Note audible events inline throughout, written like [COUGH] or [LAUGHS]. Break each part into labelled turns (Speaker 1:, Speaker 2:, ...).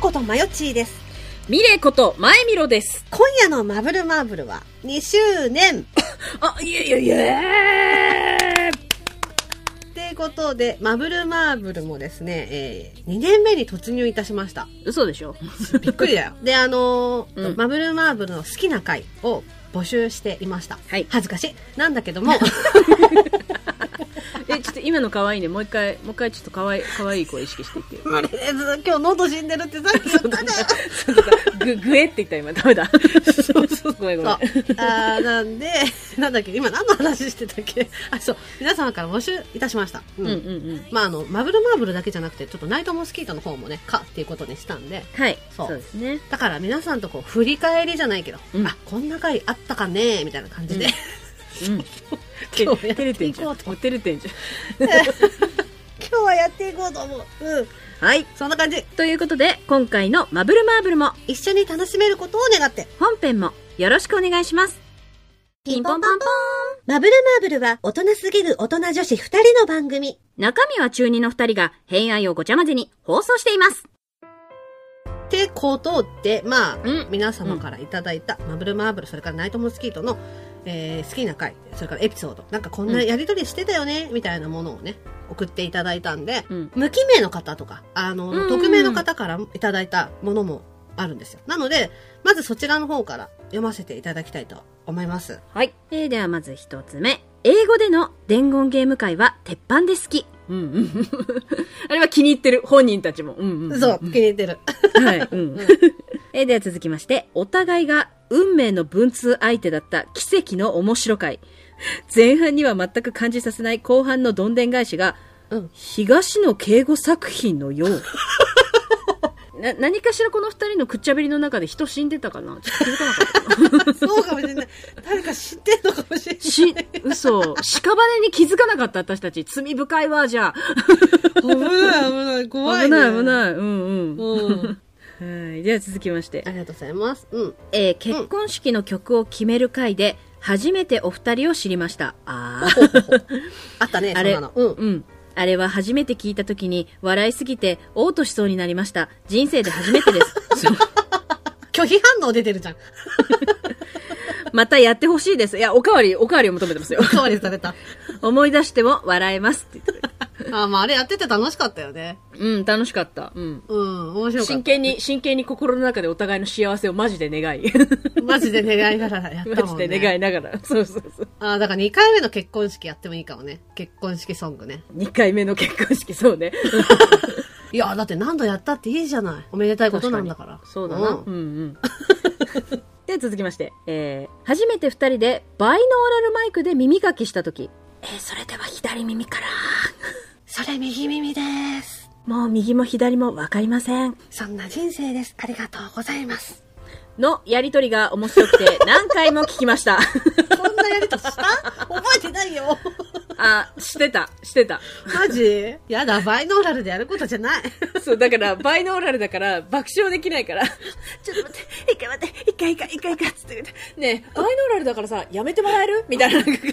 Speaker 1: ことまよちーです。
Speaker 2: ミレイこと、前見ろです。
Speaker 1: 今夜のマブルマーブルは2周年
Speaker 2: あ、いえいえいえ
Speaker 1: ってことで、マブルマーブルもですね、えー、2年目に突入いたしました。
Speaker 2: 嘘でしょ [LAUGHS]
Speaker 1: びっくりだよ。で、あのー
Speaker 2: うん
Speaker 1: マブルマーブルの好きな回を募集していました。
Speaker 2: はい
Speaker 1: 恥ずかしい。なんだけど
Speaker 2: [LAUGHS]
Speaker 1: も、
Speaker 2: え、ちょっと今の可愛いね。もう一回、もう一回ちょっと可愛い、可愛い子を意識していって。
Speaker 1: 無理です。今日喉死んでるってさっき言ったじゃん。
Speaker 2: [LAUGHS] ぐ、ぐえって言った今。ダメだ。そうそう、ごめんご
Speaker 1: そ
Speaker 2: め。
Speaker 1: うんあーなんで、なんだっけ、今何の話してたっけ。あ、そう。皆様から募集いたしました。う
Speaker 2: うんうんうん。
Speaker 1: まあ、あの、マブルマーブルだけじゃなくて、ちょっとナイトモスキートの方もね、かっていうことにしたんで、
Speaker 2: はい。
Speaker 1: そう
Speaker 2: そうですね。
Speaker 1: だから皆さんとこう、振り返りじゃないけど、
Speaker 2: うん
Speaker 1: あ、こんな回あったかねみたいな感じで、
Speaker 2: [LAUGHS] うん。
Speaker 1: 今日やっ
Speaker 2: 照れ
Speaker 1: て
Speaker 2: てん
Speaker 1: い
Speaker 2: じゃん。
Speaker 1: こ
Speaker 2: も
Speaker 1: うと。
Speaker 2: う照れてんじ
Speaker 1: [LAUGHS] 今日はやっていこうと思う。うん。
Speaker 2: ゃん。はい。
Speaker 1: そんな感じ。
Speaker 2: ということで、今回のマブルマーブルも、
Speaker 1: 一緒に楽しめることを願って。
Speaker 2: 本編も、よろしくお願いします。ピンポンパンポン。
Speaker 1: マブルマーブルは、大人すぎる大人女子二人の番組。
Speaker 2: 中身は中二の二人が、偏愛をごちゃ混ぜに放送しています。
Speaker 1: ってことで、まあ、
Speaker 2: うん
Speaker 1: 皆様からいただいた、マブルマーブル、それからナイトモスキートの、えー好きな回、それからエピソード、なんかこんなやりとりしてたよね、みたいなものをね、送っていただいたんで、
Speaker 2: うん。
Speaker 1: 無記名の方とか、あの、
Speaker 2: うんうん
Speaker 1: 匿名の方からいただいたものもあるんですよ。なので、まずそちらの方から読ませていただきたいと思います。
Speaker 2: はい。えーではまず一つ目。英語での伝言ゲーム会は鉄板で好き。うんうん。 [LAUGHS] あれは気に入ってる。本人たちも。うんうん。
Speaker 1: そう、気に入ってる。 [LAUGHS]
Speaker 2: はい。うん。えーでは続きまして、お互いが運命の文通相手だった奇跡の面白会。前半には全く感じさせない後半のどんでん返しが、
Speaker 1: うん
Speaker 2: 東野敬吾作品のよう。 [LAUGHS] な、何かしらこの二人のくっちゃべりの中で人死んでたかなちょっと気づかなかった。
Speaker 1: そうかもしれない。誰か知ってんのかもしれない。
Speaker 2: し、嘘。屍に気づかなかった私たち。罪深いわ、じゃ
Speaker 1: 危ない、危ない、
Speaker 2: あ。
Speaker 1: 怖い、
Speaker 2: 危
Speaker 1: ね。
Speaker 2: ない、危ない。うんうん。
Speaker 1: うん。
Speaker 2: はい。では続きまして
Speaker 1: あ。りがとうございます。うん。
Speaker 2: [LAUGHS] えー結婚式の曲を決める回で、初めてお二人を知りました。ああ。
Speaker 1: あったね、
Speaker 2: あ
Speaker 1: そ
Speaker 2: れ
Speaker 1: んなの。うん。
Speaker 2: うん。あれは初めて聞いた時に、笑いすぎて、嘔吐しそうになりました。人生で初めて
Speaker 1: [LAUGHS]
Speaker 2: です。そう
Speaker 1: 拒否反応出てるじゃん。 [LAUGHS]
Speaker 2: またやってほしいです。いや、おかわり、おかわりを求めてます
Speaker 1: [LAUGHS]
Speaker 2: よ。
Speaker 1: 勝利された。
Speaker 2: 思い出しても笑えますって言ってる
Speaker 1: あ、まああれやってて楽しかったよね。
Speaker 2: うん、楽しかった。うん。
Speaker 1: うん、面白かった。
Speaker 2: 真剣に、真剣に心の中でお互いの幸せをマジ
Speaker 1: [LAUGHS]
Speaker 2: で願い。
Speaker 1: マジで願いながらやった
Speaker 2: マ
Speaker 1: もん
Speaker 2: ジ
Speaker 1: ね。
Speaker 2: で願いながら。そうそうそう。
Speaker 1: あ、だから2回目の結婚式やってもいいかもね。結婚式ソングね。
Speaker 2: 2回目の結婚式、そう
Speaker 1: [LAUGHS]
Speaker 2: ね。
Speaker 1: いや、だって何度やったっていいじゃない。おめでたいことなんだから。
Speaker 2: そうだな。うん
Speaker 1: ん
Speaker 2: うん。 [LAUGHS] で、続きまして。えー、初めて2人でバイノーラルマイクで耳かきしたとき。えー、それでは左耳から。 [LAUGHS]
Speaker 1: それ右耳です。
Speaker 2: もう右も左もわかりません。
Speaker 1: そんな人生です。ありがとうございます。
Speaker 2: のやりとりが面白くて何回も聞きました。 [LAUGHS]
Speaker 1: こんなやりとした覚えてないよ。
Speaker 2: あ、してた、してた。
Speaker 1: マジやだ、バイノーラルでやることじゃない。
Speaker 2: そう、だから、バイノーラルだから、爆笑できないから、ちょっと待って、一回待って、一回一回一回一回っつって言って、ねえ、バイノーラルだからさ、やめてもらえるみたいな感じで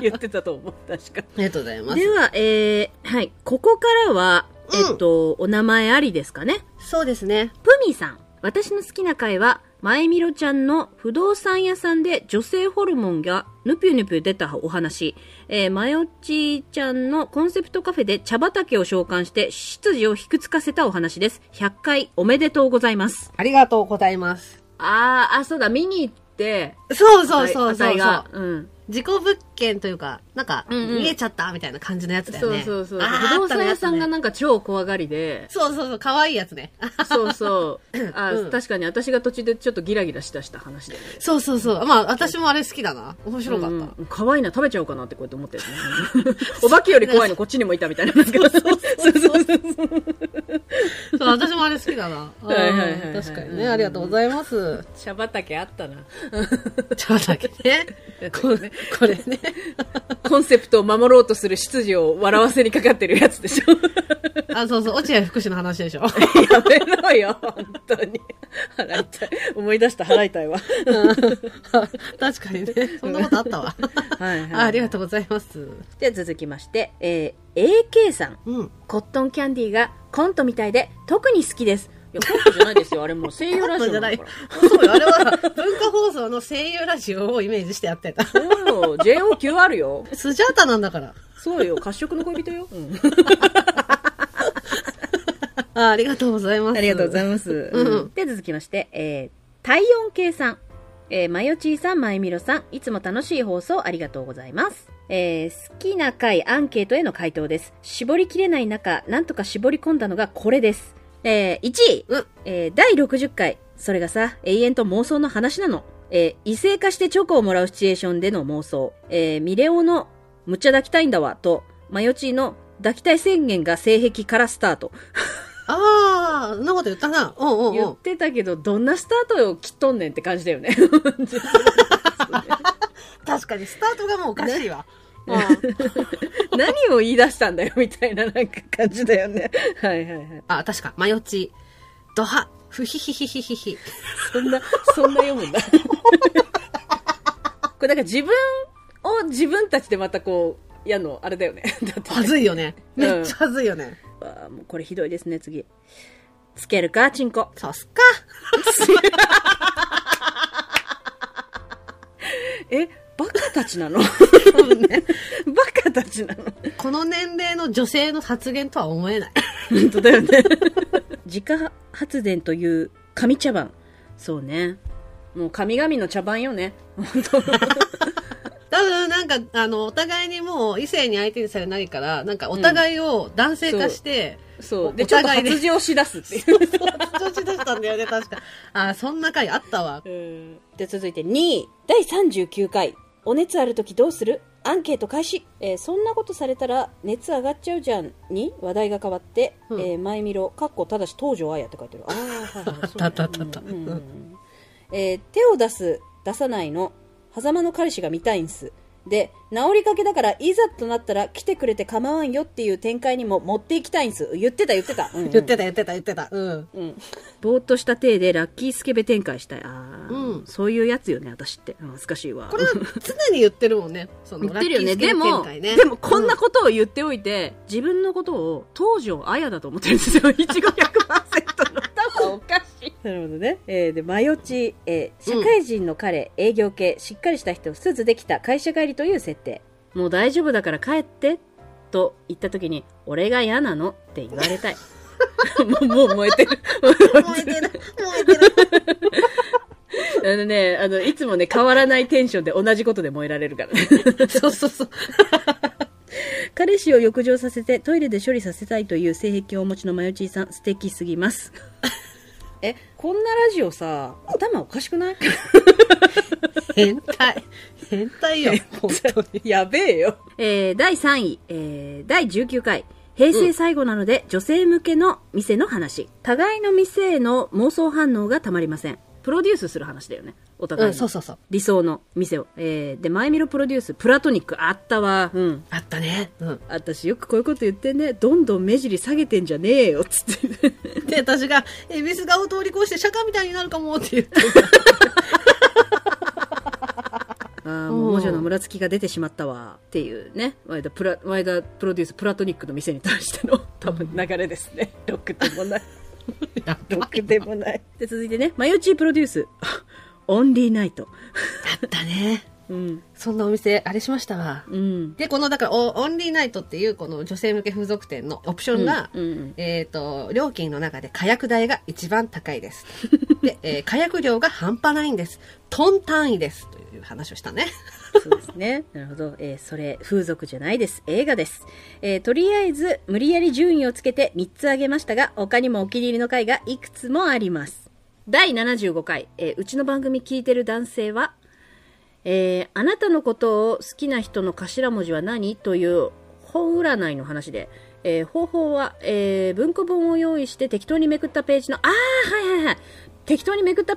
Speaker 2: 言ってたと思う、確か。
Speaker 1: ありがとうございま。
Speaker 2: ですは、えー、はい、ここからは、
Speaker 1: うん
Speaker 2: えっと、お名前ありですかね。
Speaker 1: そうですね。
Speaker 2: プミさん。私の好きな回は、前みろちゃんの不動産屋さんで女性ホルモンがぬぴゅぬぴゅ出たお話。えー、まよっちちゃんのコンセプトカフェで茶畑を召喚して執事をひくつかせたお話です。100回おめでとうございます。
Speaker 1: ありがとうございます。
Speaker 2: あー、あ、そうだ、見に行って、
Speaker 1: そうそうそう
Speaker 2: あ
Speaker 1: そ
Speaker 2: た
Speaker 1: そ
Speaker 2: いう
Speaker 1: う
Speaker 2: が。うん。
Speaker 1: 事故物件というか、なんか、
Speaker 2: うんうん
Speaker 1: 逃げちゃったみたいな感じのやつだよ
Speaker 2: そう
Speaker 1: ね。
Speaker 2: そうそう。
Speaker 1: あー
Speaker 2: 不動産屋さんが
Speaker 1: あっ
Speaker 2: なんか超怖がりで、
Speaker 1: たねそうそうそう、可愛いやつね。あ
Speaker 2: そう [LAUGHS] そう。あ、
Speaker 1: うん
Speaker 2: 確かに私が途中でちょっとギラギラしだした話で、ね。
Speaker 1: そうそうそう。まあ、私もあれ好きだな。面白かった。
Speaker 2: うんうん可愛いな、食べちゃおうかなってこうやって思ってる、 [LAUGHS] ね。お化けより怖いのこっちにもいたみたいな。そうそうそう
Speaker 1: そう、私もあれ好き [LAUGHS] だな。
Speaker 2: はいはいはいはい
Speaker 1: うん確かにね。ありがとうございます。
Speaker 2: 茶畑あったな。
Speaker 1: ちょっとだけね。こ [LAUGHS] これね。
Speaker 2: コンセプトを守ろうとする執事を笑わせにかかってるやつでし [LAUGHS] ょ。
Speaker 1: [LAUGHS] あ、そうそう、落合福祉の話でしょ。
Speaker 2: やめろよ、本当に。払いたい。思い出した、払いたいわ。
Speaker 1: [LAUGHS] 確かにね。そんなことあったわ。
Speaker 2: はいはい
Speaker 1: あありがとうございます。
Speaker 2: では続きまして、えー、AK さん。
Speaker 1: うん。
Speaker 2: コットンキャンディーがコントみたいで特に好きです。や、コントじゃないですよ。あれもう声優ラジオ
Speaker 1: じゃ
Speaker 2: だ
Speaker 1: な
Speaker 2: か
Speaker 1: い
Speaker 2: ら。。
Speaker 1: そうよ、あれは文化放送の声優ラジオをイメージしてやってた。
Speaker 2: そうよ。JOQ あるよ。
Speaker 1: スジャータなんだから。
Speaker 2: そうよ。褐色の恋人よ。うん
Speaker 1: あありがとうございます。
Speaker 2: ありがとうござい
Speaker 1: ま
Speaker 2: ます。
Speaker 1: うん
Speaker 2: では続きまして、えー、体温計さん。えー、まよちーさん、まゆみろさん、いつも楽しい放送ありがとうございます。えー、好きな回アンケートへの回答です。絞りきれない中、なんとか絞り込んだのがこれです。えー、1位、
Speaker 1: うん
Speaker 2: えー、第60回。それがさ、永遠と妄想の話なの。えー、異性化してチョコをもらうシチュエーションでの妄想。えー、ミレオのむっちゃ抱きたいんだわ、と、まよちーの抱きたい宣言が性癖からスタート。
Speaker 1: す。ああ、そんなこと言ったな。うんうん
Speaker 2: 言
Speaker 1: う
Speaker 2: っ
Speaker 1: ん。
Speaker 2: てたけど、どんなスタートを切っとんねんって感じだよ [LAUGHS] ね。
Speaker 1: 確かに、スタートがもうおかしいわ。
Speaker 2: ね何を言い出したんだよみたいななんか感じだよね。はいはいはい。
Speaker 1: あ、確か、マヨチ。ドハ、フヒヒヒヒヒ [LAUGHS] ヒ。
Speaker 2: そんな、そんな読む [LAUGHS] んだ。これなんか自分を自分たちでまたこう、やんの、あれだよね。だって
Speaker 1: はずいよね。
Speaker 2: うん
Speaker 1: めっちゃはずいよね。
Speaker 2: わあもうこれひどいですね、次。つけるか、チンコ。
Speaker 1: さすか。
Speaker 2: え、バカたちなの [LAUGHS] バ
Speaker 1: 多分 [LAUGHS] ね、
Speaker 2: カたちなの
Speaker 1: この年齢の女性の発言とは思えない。
Speaker 2: 本当だよね自家発電という紙茶番そうねもう神々の茶番よね本当
Speaker 1: 多分、なんか、あの、お互いにもう異性に相手にされないから、なんかお互いを男性化して、
Speaker 2: そうで
Speaker 1: お
Speaker 2: ちょっと
Speaker 1: 互いね
Speaker 2: 発情しだすっていう
Speaker 1: [LAUGHS] 調子出したんだよね、確か。あ、そんな回あったわ。
Speaker 2: うんで続いて2位第39回「お熱ある時どうする?」アンケート開始、えーそんなことされたら熱上がっちゃうじゃんに話題が変わって「
Speaker 1: うん
Speaker 2: えー前見ろ」かっこただし東条綾って書いてるああはいはいそう
Speaker 1: あ
Speaker 2: だ
Speaker 1: ったあったあった
Speaker 2: うんうんうんえー手を出す出さないの狭間の彼氏が見たいんすで治りかけだからいざとなったら来てくれて構わんよっていう展開にも持っていきたいんす言ってた言ってた、うんうん
Speaker 1: 言ってた言ってた言ってた。うん。
Speaker 2: うん、ぼーっとした体でラッキースケベ展開したいああ、
Speaker 1: うん
Speaker 2: そういうやつよね私ってうん恥ずかしいわ
Speaker 1: これは常に言ってるもんね。その、
Speaker 2: 言ってるよね
Speaker 1: ラッキース
Speaker 2: で
Speaker 1: ケベ展
Speaker 2: も
Speaker 1: 開ね
Speaker 2: でもこんなことを言っておいて、自分のことを東条綾だと思ってるんですよいちご100%の頭おかしい [LAUGHS] なるほどね、えー、でマヨチ、えー
Speaker 1: うん
Speaker 2: 社会人の彼、営業系しっかりした人すずできた会社帰りという設定もう大丈夫だから帰ってと言った時に俺が嫌なのって言われ [LAUGHS] たいもうもう燃えて [LAUGHS] る
Speaker 1: 燃えてる、燃えてる。
Speaker 2: あのね、あの、いつもね、変わらないテンションで同じことで燃えられるからね。
Speaker 1: [LAUGHS] そうそうそう。
Speaker 2: [LAUGHS] 彼氏を浴場させてトイレで処理させたいという性癖をお持ちのマヨチーさん、素敵すぎます。 [LAUGHS] え、こんなラジオさ、頭おかしく [LAUGHS] ない
Speaker 1: 変態。変態よ。本当に。
Speaker 2: やべえよ。えー、第3位、えー、第19回。平成最後なので、女性向けの店の話。互いの店への妄想反応がたまりません。プロデュースする話だよね。お互
Speaker 1: う
Speaker 2: いの、
Speaker 1: ん、そうそうそう。
Speaker 2: 理想の店を。えー、で、マイミロプロデュース、プラトニックあったわ。うん。
Speaker 1: あったね。うん。
Speaker 2: 私よくこういうこと言ってねどんどん目尻下げてんじゃねえよっつって
Speaker 1: [LAUGHS]
Speaker 2: [LAUGHS]
Speaker 1: で、私が、恵比寿顔を通り越して釈迦みたいになるかもって言って。
Speaker 2: ああもう魔女の村つきが出てしまったわっていうね前田プラ前田プロデュースプラトニックの店に対しての多分流れですねロックでも [LAUGHS] ない
Speaker 1: [LAUGHS] や
Speaker 2: ロックでもないで続いてねマヨチープロデュース [LAUGHS] オンリーナイト
Speaker 1: あったね。
Speaker 2: うん
Speaker 1: そんなお店、あれしましたわ。
Speaker 2: うん
Speaker 1: で、この、だからオ、オンリーナイトっていう、この女性向け風俗店のオプションが、
Speaker 2: うんうん
Speaker 1: えっ、と、料金の中で火薬代が一番高いです。で、 [LAUGHS] えー火薬量が半端ないんです。トン単位です。という話をしたね。
Speaker 2: そうですね。 [LAUGHS] なるほど。えーそれ、風俗じゃないです。映画です。えーとりあえず、無理やり順位をつけて3つ挙げましたが、他にもお気に入りの回がいくつもあります。第75回、えーうちの番組聞いてる男性は、えーあなたのことを好きな人の頭文字は何という本占いの話で、えー方法は、えー文庫本を用意して適当にめくったページの、ああ、はいはいはい。適当にめくった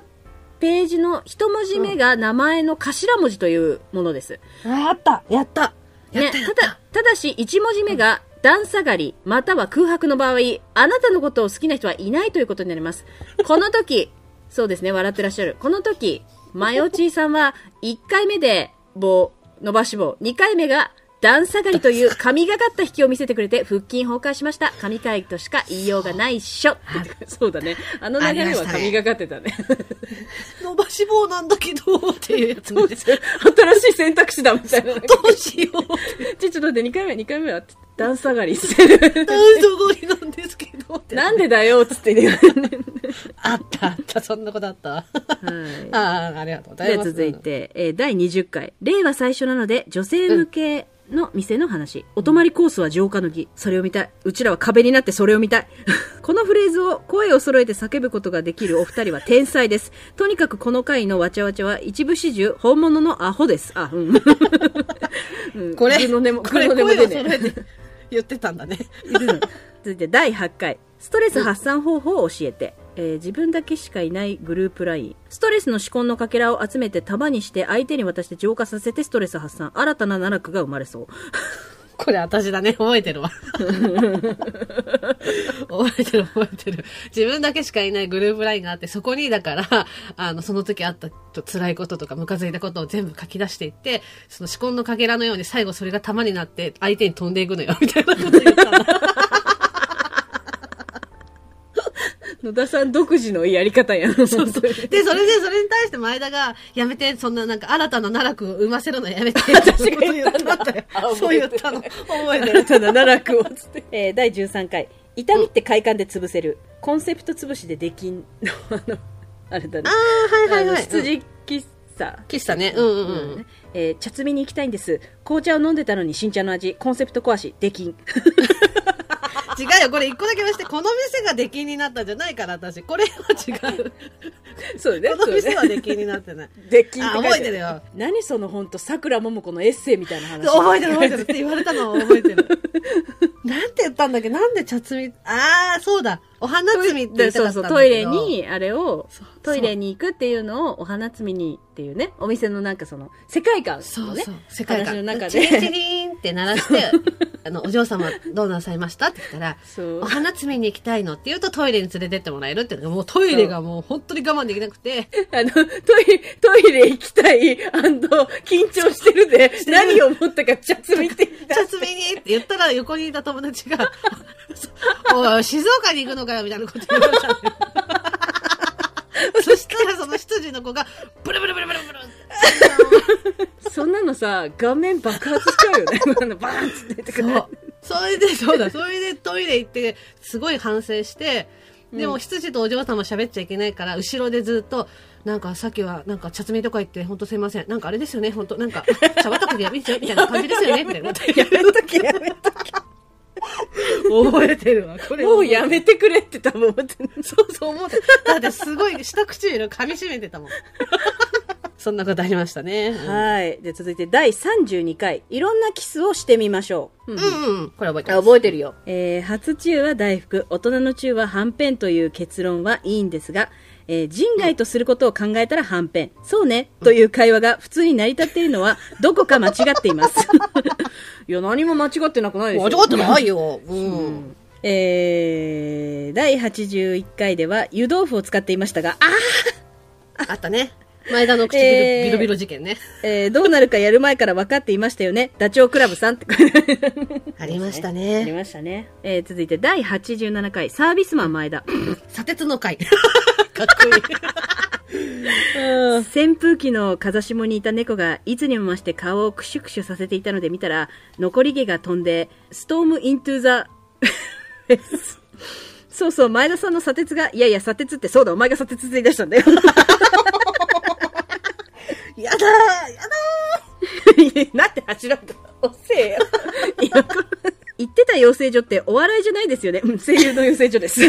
Speaker 2: ページの一文字目が名前の頭文字というものです。
Speaker 1: あ、あったやったや
Speaker 2: ね、
Speaker 1: ったや
Speaker 2: た
Speaker 1: っ
Speaker 2: だ
Speaker 1: た、
Speaker 2: ただし一文字目が段下がり、または空白の場合、あなたのことを好きな人はいないということになります。この時、 [LAUGHS] そうですね、笑ってらっしゃる。この時、マヨチーさんは1回目で棒、伸ばし棒、2回目が段下がりという神がかった引きを見せてくれて腹筋崩壊しました神回としか言いようがないっしょそうだねあの流れは神がかってたね
Speaker 1: 伸ばし棒なんだけどって [LAUGHS] いうやつね、
Speaker 2: 新しい選択肢だみたいな
Speaker 1: [LAUGHS] どうしよう
Speaker 2: [LAUGHS] ちょちょっと待って2回目2回目は段下がりしてる
Speaker 1: 男女ゴリなんですけどって
Speaker 2: なんでだよっつって言うね、
Speaker 1: あったあったそんなことあ
Speaker 2: [LAUGHS]
Speaker 1: ったあ
Speaker 2: はい
Speaker 1: あーありがとうござ
Speaker 2: で
Speaker 1: いま
Speaker 2: は
Speaker 1: す
Speaker 2: 続いて、えー第20回令和最初なので女性向けの店の話、お泊まりコースは浄化の儀それを見たいうちらは壁になってそれを見たい [LAUGHS] このフレーズを声を揃えて叫ぶことができるお二人は天才ですとにかくこの回のわちゃわちゃは一部始終本物のアホですあうんうん
Speaker 1: これ
Speaker 2: グーの根も
Speaker 1: これ
Speaker 2: グーの
Speaker 1: 声
Speaker 2: 根
Speaker 1: を
Speaker 2: も出ね
Speaker 1: 揃えて言ってたん
Speaker 2: [LAUGHS]
Speaker 1: だね
Speaker 2: うん続いて第8回ストレス発散方法を教えて、えー自分だけしかいないグループラインストレスの思考のかけらを集めて束にして相手に渡して浄化させてストレス発散新たな奈落が生まれそう
Speaker 1: これ私だね覚えてるわ覚えてる覚えてる自分だけしかいないグループラインがあってそこにだからあのその時あったと辛いこととかムカついたことを全部書き出していってその思考のかけらのように最後それが玉になって相手に飛んでいくのよみたいなこと言ったんだ
Speaker 2: [LAUGHS] 野田さん独自のやり方やん [LAUGHS] そうそう
Speaker 1: でそれでそれに対して前田がやめてそんななんか新たな奈落を生ませるのや [LAUGHS] めてってこと言ったんだよ
Speaker 2: あ
Speaker 1: そう
Speaker 2: 覚
Speaker 1: 言
Speaker 2: え
Speaker 1: って
Speaker 2: る
Speaker 1: たの覚えてる
Speaker 2: 新たな奈落をつって、 [LAUGHS] えー第13回痛みって快感で潰せる、コンセプト潰しでできんの [LAUGHS] あのあれだね
Speaker 1: ああはいはい
Speaker 2: あ
Speaker 1: は
Speaker 2: の
Speaker 1: い
Speaker 2: 羊喫茶、
Speaker 1: 喫茶ねうんうんうん、
Speaker 2: えー茶摘みに行きたいんです紅茶を飲んでたのに新茶の味コンセプト壊しできん
Speaker 1: 違うよ、これ一個だけまして、この店が出禁になったんじゃないから、私。これは違う。
Speaker 2: そうね
Speaker 1: この店は出禁になって [LAUGHS] ない。
Speaker 2: できん
Speaker 1: あ覚えてるよ
Speaker 2: 何その本当さくらももこのエッセイみたいな [LAUGHS] 話
Speaker 1: 覚えてる覚えてるって言われたのは覚えてる。 [LAUGHS] なんて言ったんだっけなんで茶摘み、ああ、そうだ。お花摘みって言
Speaker 2: で
Speaker 1: ってた
Speaker 2: そ
Speaker 1: かった
Speaker 2: うそ
Speaker 1: ん
Speaker 2: う
Speaker 1: だけど
Speaker 2: トイレ。にあれを
Speaker 1: そうそう
Speaker 2: トイレに行くっていうのをお花摘みにっていうねお店のなんかその世界観
Speaker 1: そ
Speaker 2: の
Speaker 1: う
Speaker 2: ね
Speaker 1: そう。世界
Speaker 2: 話の
Speaker 1: 観。
Speaker 2: 中
Speaker 1: チリンチ
Speaker 2: で
Speaker 1: リンって鳴らして、 [LAUGHS] あの、お嬢様どうなさいましたって言ったら、
Speaker 2: そう [LAUGHS]
Speaker 1: お花摘みに行きたいのって言うとトイレに連れてってもらえるっていうのがもうトイレがもう本当に我慢できなくて。
Speaker 2: あのトイレトイレ行きたい緊張してるで何を思ったか茶摘みって言った
Speaker 1: 茶摘みにって言ったら横にいた友達 [LAUGHS] が、おいおい、静岡に行くのかよみたいなこと言われたのよそしたらその執事の子が、ブルブルブルブルブル [LAUGHS]
Speaker 2: そんなのさ、顔面爆発しちゃうよね。 [LAUGHS] あのバーンっつって出てくる。
Speaker 1: そう。それで、そうだ、それでトイレ行って、すごい反省して、でも、執事とお嬢様喋っちゃいけないから、後ろでずっと、なんかさっきは、なんか、茶摘みとか言って、本当すいません。なんかあれですよね、本当なんか、茶畑でやめちゃうみたいな感じですよ
Speaker 2: [LAUGHS]
Speaker 1: ね、みたいなこと
Speaker 2: やめときやめと
Speaker 1: 覚えてるわ、こ
Speaker 2: き。
Speaker 1: れ
Speaker 2: もうやめてくれって多分思ってる。
Speaker 1: そうそう思って。だってすごい下唇噛み締めてたもん。そんなことありましたね。うん
Speaker 2: はい。で、続いて第32回。いろんなキスをしてみましょう。うん
Speaker 1: うんうん。これ覚えて
Speaker 2: あ
Speaker 1: ます。
Speaker 2: 覚えてるよ。えー、初中は大福、大人の中ははんぺんという結論はいいんですが、えー人外とすることを考えたらはんぺん。そうね、という会話が普通に成り立っているのは、どこか間違って
Speaker 1: [LAUGHS]
Speaker 2: います。いや、何も間違ってなくないですよ。
Speaker 1: 間違ってないよ。うん。
Speaker 2: えー、第81回では湯豆腐を使っていましたが、あ
Speaker 1: あったね。前田の唇
Speaker 2: えー
Speaker 1: ビロビロ事件ね。
Speaker 2: えーどうなるかやる前から分かっていましたよね。ダチョウ倶楽部さんって。
Speaker 1: ありました
Speaker 2: あり
Speaker 1: ね。
Speaker 2: ましたね。えー続いて第87回、サービスマン前田。
Speaker 1: 砂鉄の会。 [LAUGHS] かっこいい。
Speaker 2: 扇風機の風下にいた猫がいつにも増して顔をクシュクシュさせていたので見たら残り毛が飛んでストームイントゥーザそうそう前田さんの砂鉄がいやいや砂鉄ってそうだお前が砂鉄って言い出したんだよ
Speaker 1: やだーやだ [LAUGHS]
Speaker 2: なんて走らんだおせえよ言ってた養成所ってお笑いじゃないですよねうん声優の養成所です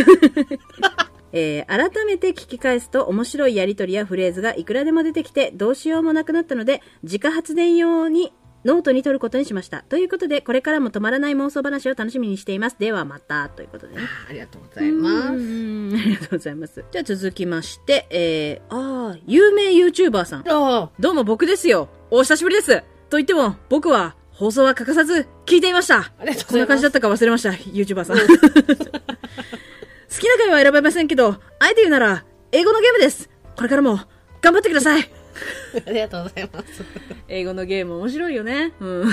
Speaker 1: [LAUGHS]
Speaker 2: えー改めて聞き返すと面白いやりとりやフレーズがいくらでも出てきてどうしようもなくなったので自家発電用にノートに取ることにしましたということでこれからも止まらない妄想話を楽しみにしていますではまたということでね
Speaker 1: ありがとうございま
Speaker 2: う
Speaker 1: す。
Speaker 2: んありがとうございますじゃあ続きましてえー、ああ有名 YouTuber さん
Speaker 1: あ
Speaker 2: どうも僕ですよ。お久しぶりです。と言っても、僕は放送は欠かさず聞いていました。
Speaker 1: ありがとうございます
Speaker 2: こんな感じだったか忘れました、YouTuber [LAUGHS] さん。好きな回は選べませんけど、あえて言うなら、英語のゲームです。これからも頑張ってください。
Speaker 1: ありがとうございます。
Speaker 2: 英語のゲーム面白いよね。
Speaker 1: [LAUGHS]
Speaker 2: うん。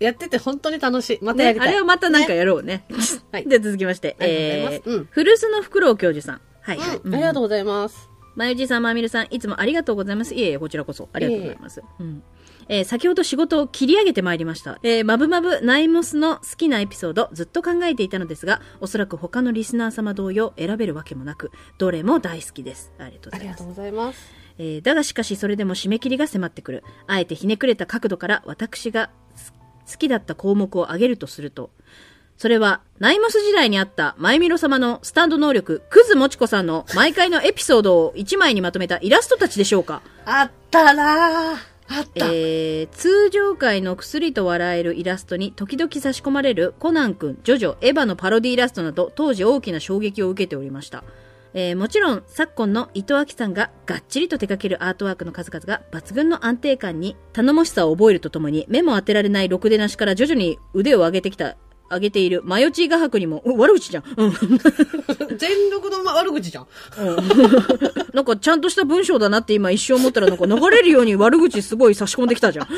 Speaker 1: やってて本当に楽しい。またや
Speaker 2: ね、
Speaker 1: り
Speaker 2: あ
Speaker 1: たい。
Speaker 2: れをまたなんかやろうね。
Speaker 1: はい
Speaker 2: [LAUGHS] で、続きまして。
Speaker 1: ありがとうございます
Speaker 2: えー
Speaker 1: うん
Speaker 2: 古巣のフクロウ教授さん。はい、はい。
Speaker 1: うん、ありがとうございます。
Speaker 2: まゆじさん、まみるさん、いつもありがとうございます。いえいえ、こちらこそ。ありがとうございます。うん。えー先ほど仕事を切り上げてまいりました。えーまぶまぶナイモスの好きなエピソードずっと考えていたのですが、おそらく他のリスナー様同様選べるわけもなく、どれも大好きです。ありがとう
Speaker 1: あ
Speaker 2: ござ
Speaker 1: りが
Speaker 2: いま
Speaker 1: と
Speaker 2: す
Speaker 1: う。ございます。
Speaker 2: えーだがしかしそれでも締め切りが迫ってくる。あえてひねくれた角度から私がす好きだった項目を挙げるとすると、それは、ナイモス時代にあった、マイミロ様のスタンド能力、クズもちこさんの毎回のエピソードを1枚にまとめたイラストたちでしょうか
Speaker 1: あったなああった。
Speaker 2: えー通常回の薬と笑えるイラストに時々差し込まれるコナン君、ジョジョ、エヴァのパロディイラストなど当時大きな衝撃を受けておりました。えーもちろん昨今の伊藤亜紀さんががっちりと手掛けるアートワークの数々が抜群の安定感に頼もしさを覚えるとともに目も当てられないろくでなしから徐々に腕を上げてきた、上げているマヨチー画伯にも、うん悪口じゃん。うん。
Speaker 1: 全力の悪口じゃん。 [LAUGHS]
Speaker 2: なんかちゃんとした文章だなって今一瞬思ったらなんか流れるように悪口すごい差し込んできたじゃん。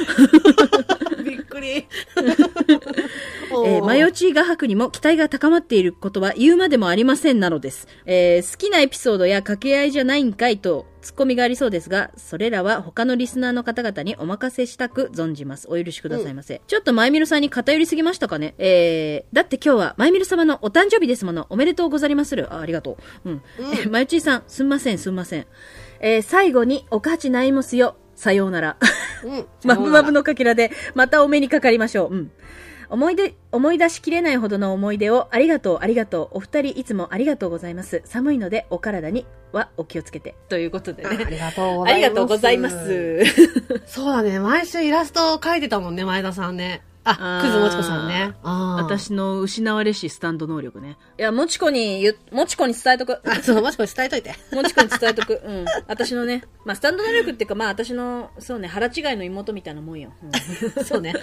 Speaker 1: びっく [LAUGHS] り。
Speaker 2: えー、マ
Speaker 1: っ
Speaker 2: ヨチー画伯にも期待が高まっていることは言うまでもありませんなのです。えー好きなエピソードや掛け合いじゃないんかいとツッコミがありそうですが、それらは他のリスナーの方々にお任せしたく存じます。お許しくださいませ。ちょっとまゆみるさんに偏りすぎましたかねえー、だって今日はまゆみる様のお誕生日ですもの。おめでとうござりまする。あありがとう。うん。え [LAUGHS] まゆちーさん、すんません、すんません。えー最後に、おかちないもすよ。さようなら。
Speaker 1: うん。
Speaker 2: まぶまぶのかけらで、またお目にかかりましょう。うん。思い出、思い出しきれないほどの思い出を、ありがとう、ありがとう。お二人、いつもありがとうございます。寒いので、お体にはお気をつけて。ということで
Speaker 1: あ
Speaker 2: ね。
Speaker 1: りがとうございます。
Speaker 2: [LAUGHS] ありがとうございま。す。
Speaker 1: そうだね。毎週イラストを描いてたもんね、前田さんね。あ
Speaker 2: あ、ー
Speaker 1: くずもちこさんね。あー。
Speaker 2: の失われしスタンド能力ね。いや、もちこに言う、もちこに伝えとく。
Speaker 1: あ、そう、もちこ伝えといて。
Speaker 2: もちこに伝えとく。うん。私のね、まあ、スタンド能力っていうか、まあ、私の、そうね、腹違いの妹みたいなもんよ。う
Speaker 1: [LAUGHS]
Speaker 2: ん
Speaker 1: そうね。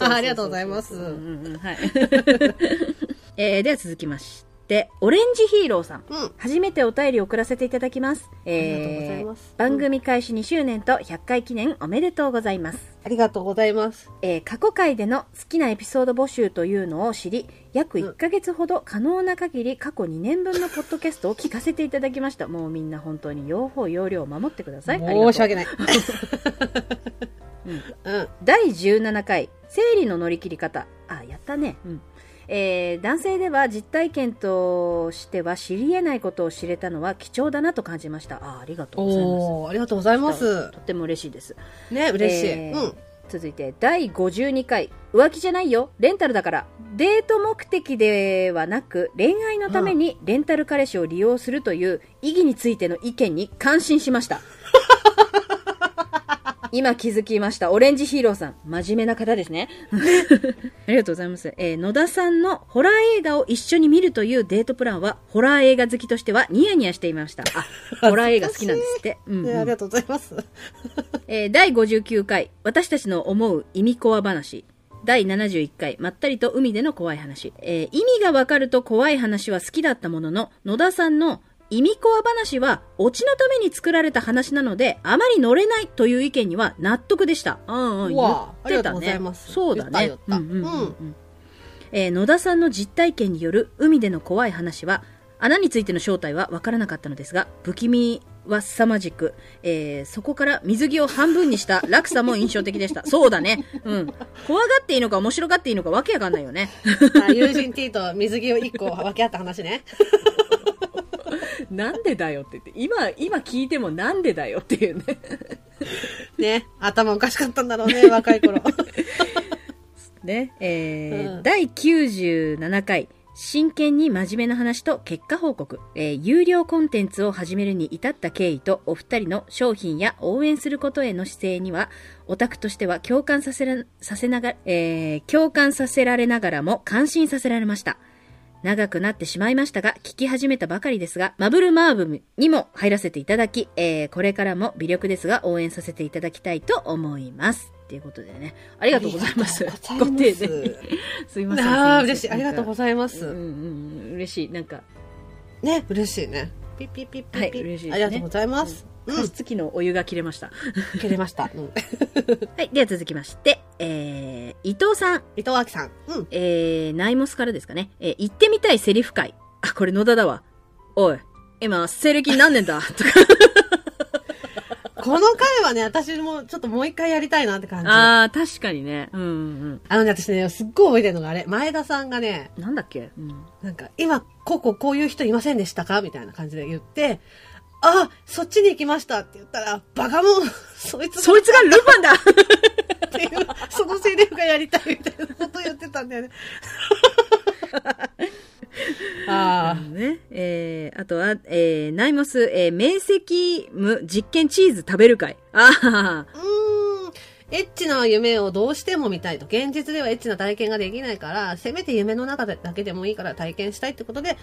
Speaker 1: ありがとうございます。
Speaker 2: うん
Speaker 1: うん。
Speaker 2: うんうんはい。 [LAUGHS] えーでは続きまして、オレンジヒーローさん。初めてお便りを送らせていただきます。えー
Speaker 1: ありがとうございます
Speaker 2: 番組開始2周年と100回記念おめでとうございます。
Speaker 1: ありがとうございます。
Speaker 2: えー過去回での好きなエピソード募集というのを知り、約1ヶ月ほど可能な限り過去2年分のポッドキャストを聞かせていただきました。もうみんな本当に用法用量を守ってください。ありがとう
Speaker 1: 申し訳ない。うん。
Speaker 2: 第17回生理の乗り切り方あやったね、うんえー男性では実体験としては知り得ないことを知れたのは貴重だなと感じましたあありがとうございます
Speaker 1: おー、ありがとうございます
Speaker 2: と。っても嬉しいです
Speaker 1: ね、嬉しい。
Speaker 2: え
Speaker 1: う
Speaker 2: ー
Speaker 1: ん。
Speaker 2: 続いて第52回浮気じゃないよレンタルだからデート目的ではなく恋愛のためにレンタル彼氏を利用するという意義についての意見に感心しました [LAUGHS] 今気づきましたオレンジヒーローさん真面目な方ですね [LAUGHS] ありがとうございます、えー野田さんのホラー映画を一緒に見るというデートプランはホラー映画好きとしてはニヤニヤしていました [LAUGHS] あホラー映画好きなんですって、うんうん
Speaker 1: ねありがとうござい [LAUGHS] ます。
Speaker 2: えー第59回、私たちの思う意味コア話。第71回、まったりと海での怖い話。えー意味がわかると怖い話は好きだったものの、野田さんの意味コア話は、オチのために作られた話なので、あまり乗れないという意見には納得でした。うんうん、
Speaker 1: う
Speaker 2: 言
Speaker 1: わ
Speaker 2: ってたね。
Speaker 1: ありがとうございます
Speaker 2: そうだね。
Speaker 1: 言った言った
Speaker 2: うんうんうんうんえー野田さんの実体験による海での怖い話は穴についての正体は分からなかったのですが不気味は凄まじく、えーそこから水着を半分にした落差も印象的で [LAUGHS] したそうだね、うん、怖がっていいのか面白がっていいのかわけわかんないよね
Speaker 1: あ友人 T と水着を1個分け合った話ね。
Speaker 2: なんでだよって言って今今聞いてもなんでだよっていうね
Speaker 1: ね。頭おかしかったんだろう [LAUGHS] ね、若い頃。
Speaker 2: ねえー
Speaker 1: うん
Speaker 2: 第97回真剣に真面目な話と結果報告、えー有料コンテンツを始めるに至った経緯とお二人の商品や応援することへの姿勢にはオタクとしては共感させらさせながら、えー共感させられながらも感心させられました長くなってしまいましたが、聞き始めたばかりですが、マブルマーブにも入らせていただき、えーこれからも微力ですが応援させていただきたいと思います。ということでね、ありがとうございま
Speaker 1: あ
Speaker 2: す。
Speaker 1: りがとうございます
Speaker 2: ご丁寧にすいません。
Speaker 1: ああ、嬉しい。ありがとうご
Speaker 2: ざい
Speaker 1: ざいま
Speaker 2: うん
Speaker 1: す。
Speaker 2: うんうん、嬉しい。なんか、
Speaker 1: ね、嬉しいね。ピッピッピッピッピッ
Speaker 2: はい嬉しいですね
Speaker 1: ありがとうございます。
Speaker 2: 加湿器のお湯が切れました。
Speaker 1: 切れました。うん、
Speaker 2: はい。では続きまして、えー、伊藤さん。
Speaker 1: 伊藤亜紀さん。うん。
Speaker 2: えー、ナイモスからですかね。えー、行ってみたいセリフ会。あ、これ野田だわ。おい、今、西暦何年
Speaker 1: [LAUGHS]
Speaker 2: だとか。
Speaker 1: この回はね、私もちょっともう一回やりたいなって感じ。あ
Speaker 2: あー、確かにね。うんうん
Speaker 1: のね、私ね、すっごい覚えてるのがあれ、前田さんがね、
Speaker 2: うん。なんだっけうん。
Speaker 1: なんか、今、こうこうこういう人いませんでしたかみたいな感じで言って、あ、そっちに行きましたって言ったら、バカモン、 [LAUGHS] そいつ
Speaker 2: そいつがルパンだ
Speaker 1: っていう、そのセリフがやりたいみたいなこと言ってたんだよね。
Speaker 2: [LAUGHS] あ
Speaker 1: あ
Speaker 2: のね。えー、あとは、えー、ナイモス、えー、明晰夢実験チーズ食べる会。ああ、
Speaker 1: [LAUGHS] あ。うーん。エッチな夢をどうしても見たいと。現実ではエッチな体験ができないから、せめて夢の中だけでもいいから体験したいってことで、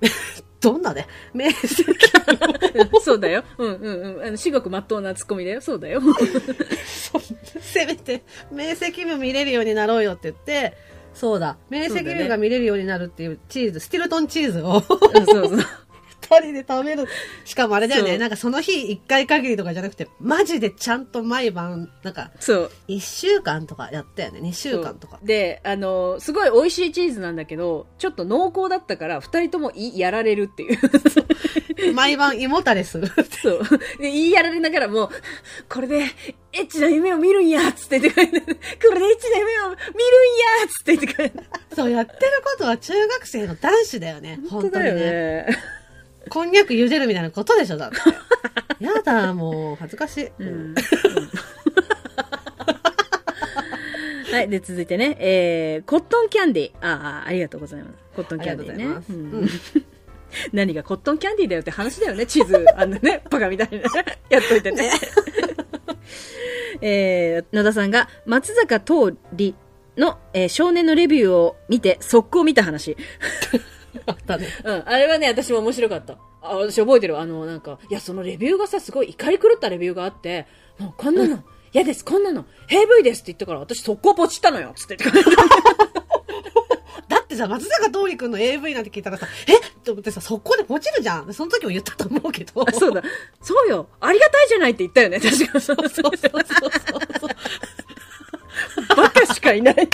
Speaker 1: [LAUGHS] どんなね、面積
Speaker 2: そうだよ。うんうんうん。あの、至極まっとうなツッコミだよ。そうだよ。
Speaker 1: せめて、明晰夢見れるようになろうよって言って、そうだ、明晰夢が見れるようになるっていうチーズ、スティルトンチーズ [LAUGHS] を
Speaker 2: うんそうそう。
Speaker 1: 二人で食べる。しかもあれだよ
Speaker 2: そ
Speaker 1: ね、
Speaker 2: う
Speaker 1: なんかその日一回限りとかじゃなくて、マジでちゃんと毎晩、なんか、
Speaker 2: そう。
Speaker 1: 一週間とかやったよね、二週間とか
Speaker 2: そう。であのすごい美味しいチーズなんだけどちょっと濃厚だったから二人ともいやられるっていう
Speaker 1: 毎晩胃もたれする。
Speaker 2: そうで言いやられながらもこれでエッチな夢を見るんやっつって言ってこれでエッチな夢を見るんやっつって言って
Speaker 1: [LAUGHS] そう、やってることは中学生の男子だよね、本当にね。
Speaker 2: ね
Speaker 1: こんにゃく茹でるみたいなことでしょ、だ [LAUGHS] って。やだ、もう、恥ずかしい。
Speaker 2: うんはい。で、続いてね、えー、コットンキャンディー。ああ、ありがとうございます。コットン
Speaker 1: あ
Speaker 2: キ
Speaker 1: り
Speaker 2: ャ
Speaker 1: が
Speaker 2: ン
Speaker 1: と
Speaker 2: デ
Speaker 1: う
Speaker 2: ィ
Speaker 1: ご
Speaker 2: ー
Speaker 1: ざ
Speaker 2: ね。
Speaker 1: います。
Speaker 2: うん
Speaker 1: うん
Speaker 2: [LAUGHS] 何がコットンキャンディーだよって話だよね、地図。あの
Speaker 1: [LAUGHS]
Speaker 2: ね、バカみたいな。やっといてね。 [LAUGHS] えー、野田さんが、松坂桃李の、えー少年のレビューを見て、速攻見た話。
Speaker 1: あったね。
Speaker 2: うん、あれはね、私も面白かった。あ、私覚えてる。あの、なんか、いや、そのレビューがさ、すごい怒り狂ったレビューがあって、もうこんなの、嫌です、こんなの、AV ですって言ったから、私速攻ポチったのよ、つって言って
Speaker 1: だってさ、松坂桃李くんの AV なんて聞いたらさ、えっと思ってさ、速攻でポチるじゃん。その時も言ったと思うけ [LAUGHS] ど。
Speaker 2: あ [LAUGHS] そうだ。そうよ。ありがたいじゃないって言ったよね、確か。そう
Speaker 1: そうそうそうそう。
Speaker 2: [LAUGHS] バカしかいない。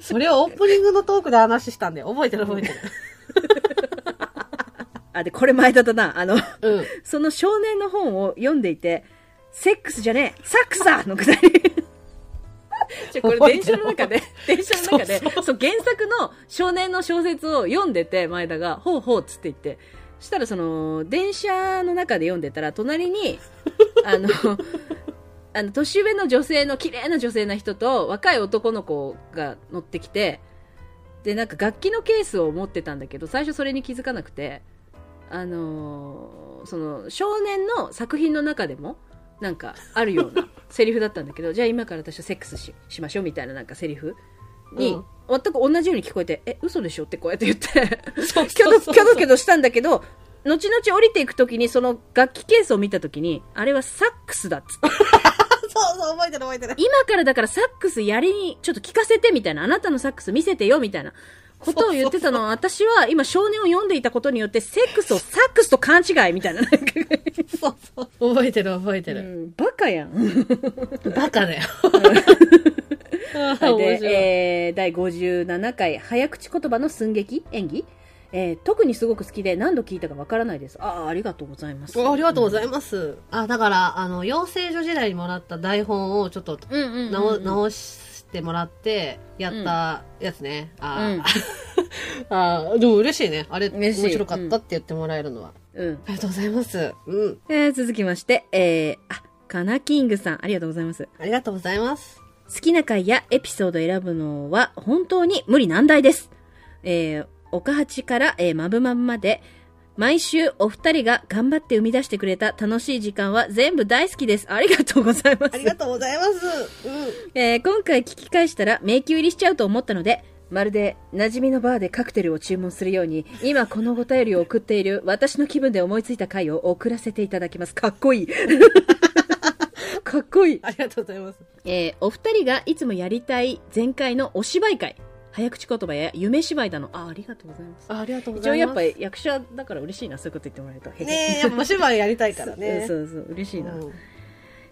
Speaker 1: それをオープニングのトークで話したんで、覚えてる覚えてる。
Speaker 2: あ、で、これ前田だな。あの、
Speaker 1: うん。
Speaker 2: その少年の本を読んでいて、セックスじゃねえ、サックスだのくだ [LAUGHS] り。じゃこれ電車の中 [LAUGHS] で、電車の中で、そう原作の少年の小説を読んでて、前田が、ほうほうっつって言って、したらその、電車の中で読んでたら、隣に、あの、あの、年上の女性の、綺麗な女性な人と、若い男の子が乗ってきて、で、なんか楽器のケースを持ってたんだけど、最初それに気づかなくて、あのーその少年の作品の中でもなんかあるよう
Speaker 1: [LAUGHS]
Speaker 2: なセリフだったんだけどじゃあ今から私はセックスししましょうみたいななんかセリフに、
Speaker 1: うん
Speaker 2: 全く同じように聞こえてえ嘘でしょってこうやって言って
Speaker 1: [LAUGHS] そう
Speaker 2: キョドキョドキョドしたんだけど後々降りていく時にその楽器ケースを見た時にあれはサックスだっつって
Speaker 1: そうそう、覚えてる覚えてる。
Speaker 2: 今からだからサックスやりにちょっと聞かせてみたいなあなたのサックス見せてよみたいなことを言ってたのは私は今少年を読んでいたことによってセックスをサックスと勘違いみたいななんか
Speaker 1: そうそう。覚えてる覚えてる。
Speaker 2: うん、バカ
Speaker 1: [LAUGHS]
Speaker 2: やん。
Speaker 1: バカだよ。あー面白い
Speaker 2: で、えー、第57回、早口言葉の寸劇演技、えー特にすごく好きで何度聞いたかわからないです。ああ、ありがとうございます。
Speaker 1: ありがとうご
Speaker 2: い
Speaker 1: ざいます。あ、だから、あの、養成所時代にもらった台本をちょっと
Speaker 2: ます。うんうんうん、
Speaker 1: 直直してもらって、やったやつね。あー、
Speaker 2: うん
Speaker 1: あー、でも嬉しいね。あれ、面
Speaker 2: 嬉しい
Speaker 1: 白かったって言ってもらえるのは。
Speaker 2: うん。
Speaker 1: ありがとうございます。うん。
Speaker 2: えー続きまして、えー、あ、かなキングさん、ありがとうございます。
Speaker 1: ありがとうございます。
Speaker 2: 好きな回やエピソードを選ぶのは本当に無理難題です。えー、岡八から、えー、まぶまぶまで、毎週お二人が頑張って生み出してくれた楽しい時間は全部大好きです。ありがとうございます。
Speaker 1: ありがとうございます。うん。
Speaker 2: えー今回聞き返したら迷宮入りしちゃうと思ったので、まるで馴染みのバーでカクテルを注文するように、今このお便りを送っている私の気分で思いついた回を送らせていただきます。かっこいい。 [LAUGHS] かっこいい。
Speaker 1: ありがとうございます。
Speaker 2: えーお二人がいつもやりたい前回のお芝居会、早口言葉や夢芝居だの。あ、ありがとうございます。
Speaker 1: あありがとうご
Speaker 2: 一
Speaker 1: ざ
Speaker 2: 応
Speaker 1: い
Speaker 2: やっ
Speaker 1: ま
Speaker 2: ぱ
Speaker 1: す。
Speaker 2: 役者だから嬉しいな、そういうこと言ってもらえると。へへ
Speaker 1: ねえ、やっぱお芝居やりたいからね。
Speaker 2: そうそうそう、嬉しいな。
Speaker 1: [LAUGHS] うん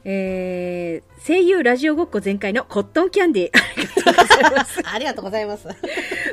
Speaker 2: えー、声優ラジオごっこ全開のコットンキャンディー。
Speaker 1: ありがとうございます。あり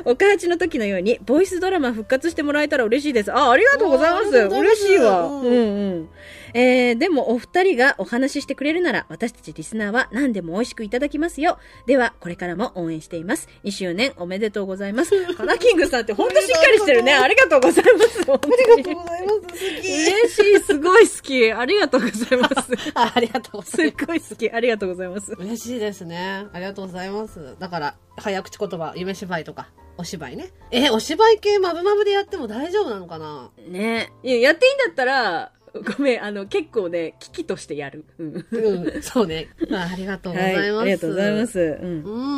Speaker 2: 岡八の時のように、ボイスドラマ復活してもらえたら嬉しいです。あ、ありがとうございま
Speaker 1: ああ
Speaker 2: す。
Speaker 1: りがとうございま
Speaker 2: 嬉
Speaker 1: す
Speaker 2: しいわ。う
Speaker 1: うんん
Speaker 2: うん。えー、でもお二人がお話ししてくれるなら、私たちリスナーは何でも美味しくいただきますよ。では、これからも応援しています。2周年おめでとうござい [LAUGHS] ます。カナキングさんって本当しっかりしてるね。ありがとうございます。あ
Speaker 1: がとうございます。好き。
Speaker 2: 嬉しい、すごい好き。ありがとうございます。
Speaker 1: あありがとうご
Speaker 2: す
Speaker 1: ざいま
Speaker 2: っごい好き。ありがとうございます
Speaker 1: す。。嬉しいですね。ありがとうございます。だから、早口言葉、夢芝居とか、お芝居ね。え、お芝居系まぶまぶでやっても大丈夫なのかな
Speaker 2: [LAUGHS] ねいややっていいんだったら、ごめん、あの、結構ね、危機としてやる。うん。
Speaker 1: うん、そうね。まあ、ありがとうございます、
Speaker 2: ありがとうございま。す。うん。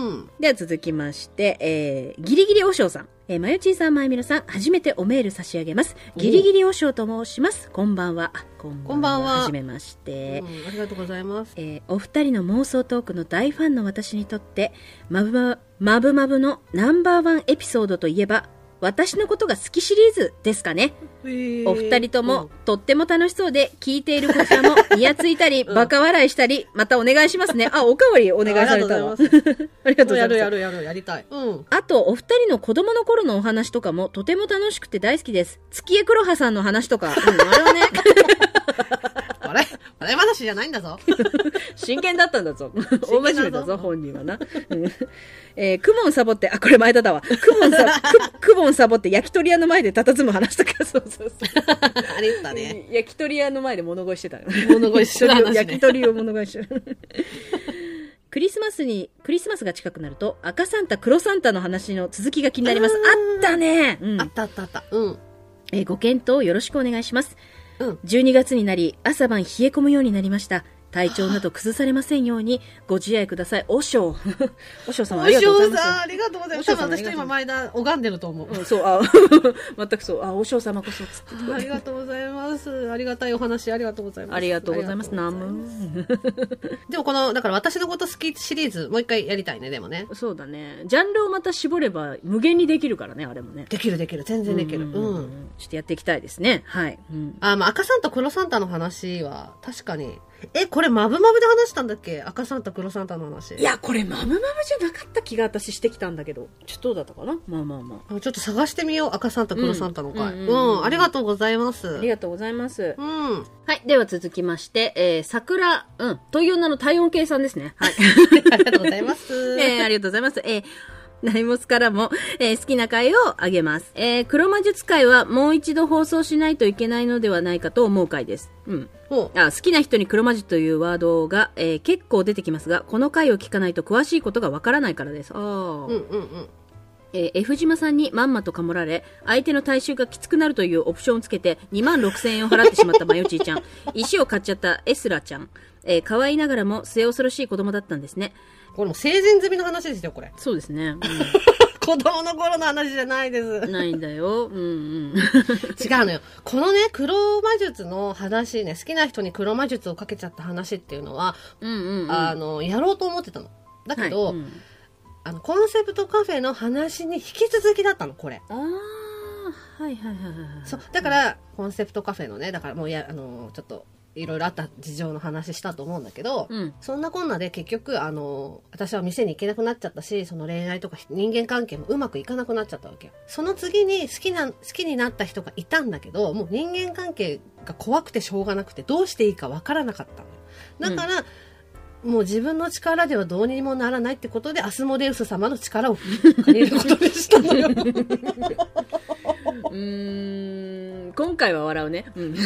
Speaker 1: うん。
Speaker 2: では続きまして、えー、ギリギリおしょうさん。えー、まゆちーさん、まゆみのさん、初めておメール差し上げます。ギリギリおしょうと申します。こんばんは。あこん
Speaker 1: こんばんは
Speaker 2: はめまして。
Speaker 1: うんありがとうございます。
Speaker 2: えーお二人の妄想トークの大ファンの私にとってまぶまぶまぶまぶのナンバーワンエピソードといえば私のことが好きシリーズですかねお二人ともとっても楽しそうで聞いているこち
Speaker 1: [LAUGHS]
Speaker 2: らもいやついたり
Speaker 1: うん
Speaker 2: バカ笑いしたりまたお願いしますねあおかわりお
Speaker 1: お
Speaker 2: 願いされたわありがとうござ
Speaker 1: や
Speaker 2: いま
Speaker 1: る
Speaker 2: す
Speaker 1: やるやるやりたい。うん。
Speaker 2: あと、お二人の子供の頃のお話とかもとても楽しくて大好きです。月江黒葉さんの話とか、うん、あれ [LAUGHS] はね、
Speaker 1: 笑い、笑い話じゃないんだ [LAUGHS] ぞ。
Speaker 2: 真剣だったんだぞ。大
Speaker 1: 真
Speaker 2: 真面
Speaker 1: 剣
Speaker 2: 目
Speaker 1: だ
Speaker 2: だ
Speaker 1: ぞ
Speaker 2: ぞ、本人はな。うんえー、クモンサボって、あ、これ前田だわ。クモンサ、ククモンサボって焼き鳥屋の前で佇む話とか、そうそうそう。
Speaker 1: あれだね。
Speaker 2: [LAUGHS] 焼き鳥屋の前で物乞いしてたよ。
Speaker 1: 物乞いしてた話ね
Speaker 2: 焼き鳥を物乞いしてる。クリスマスに、クリスマスが近くなると、赤サンタ、黒サンタの話の続きが気になります。あ
Speaker 1: あー
Speaker 2: ったね。う
Speaker 1: [LAUGHS]
Speaker 2: ん
Speaker 1: あったあったあった。うん。
Speaker 2: えーご検討よろしくお願いします。
Speaker 1: うん
Speaker 2: 12月になり、朝晩冷え込むようになりました。体調など崩されませんように、ご自愛ください。おしょう。 [LAUGHS] おしょうさん、ありがとうございます。
Speaker 1: ありがとうござい
Speaker 2: ま
Speaker 1: ますす。多分私と今前田拝んでると思う。
Speaker 2: うんそう、あ、 [LAUGHS] 全くそう。あ、おしょう様こそ、つって
Speaker 1: あありがとうございます。ありがたいお話ありがとうございます。
Speaker 2: ありがとうございます。ナム。
Speaker 1: でもこの、だから私のこと好きシリーズ、もう一回やりたいね、でもね。
Speaker 2: そうだね。ジャンルをまた絞れば、無限にできるからね、あれもね。
Speaker 1: できるできる、全然できる。
Speaker 2: うん
Speaker 1: うん。
Speaker 2: ちょっとやっていきたいですね。はい。うん
Speaker 1: あ、まあ、赤サンタ、黒サンタの話は、確かに。え、これ、マブマブで話したんだっけ赤サンタ、黒サンタの話。
Speaker 2: いや、これ、マムマムじゃなかった気が私してきたんだけど。ちょっとどうだったかなまあまあまあ。
Speaker 1: あちょっと探してみよう、赤サンタ、黒サンタの回。
Speaker 2: う
Speaker 1: うんん、
Speaker 2: うんうん
Speaker 1: ありがとうございます。
Speaker 2: ありがとうございます。
Speaker 1: うん。
Speaker 2: はい。では続きまして、えー、桜、うん、という名の体温計算ですね。はい。
Speaker 1: [LAUGHS] ありがとうござい [LAUGHS] ます。
Speaker 2: [LAUGHS] えー、ありがとうございます。えー、ナイモスからも、えー好きな回をあげます。えー、黒魔術会はもう一度放送しないといけないのではないかと思う回です。うん。
Speaker 1: ほう
Speaker 2: あ好きな人に黒魔術というワードが、えー結構出てきますが、この回を聞かないと詳しいことがわからないからです。ああ。
Speaker 1: うんうんうん。
Speaker 2: えー、F 島さんにまんまとかもられ、相手の体臭がきつくなるというオプションをつけて、2万6千円を払ってしまったマヨチー [LAUGHS] ちゃん。石を買っちゃったエスラちゃん。えー、可愛いながらも末恐ろしい子供だったんですね。
Speaker 1: これもう成人済みの話ですよ、これ。 [LAUGHS]
Speaker 2: そうですね。
Speaker 1: 子供の頃の話じゃないです
Speaker 2: [LAUGHS] うん、。ないんだよ。 [LAUGHS] うんうん。
Speaker 1: 違うのよ。このね、黒魔術の話ね、好きな人に黒魔術をかけちゃった話っていうのは、
Speaker 2: うんうん、うん。
Speaker 1: あの、やろうと思ってたの。だけど、
Speaker 2: はいうん
Speaker 1: あの、コンセプトカフェの話に引き続きだったの、これ。
Speaker 2: あー、はいはいはいはいはい。
Speaker 1: そう。だから、コンセプトカフェのね、だからもうや、あの、ちょっと、いろいろあった事情の話したと思うんだけど、
Speaker 2: うん。
Speaker 1: そんなこんなで結局、あの、私は店に行けなくなっちゃったし、その恋愛とか人間関係もうまくいかなくなっちゃったわけよ。その次に好きな、好きになった人がいたんだけど、もう人間関係が怖くてしょうがなくて、どうしていいかわからなかったのよだから、もう自分の力ではどうにもならないってことで、アスモデウス様の力を借りることにしたのよ。
Speaker 2: うーん、今回は笑うね。うん。 [LAUGHS]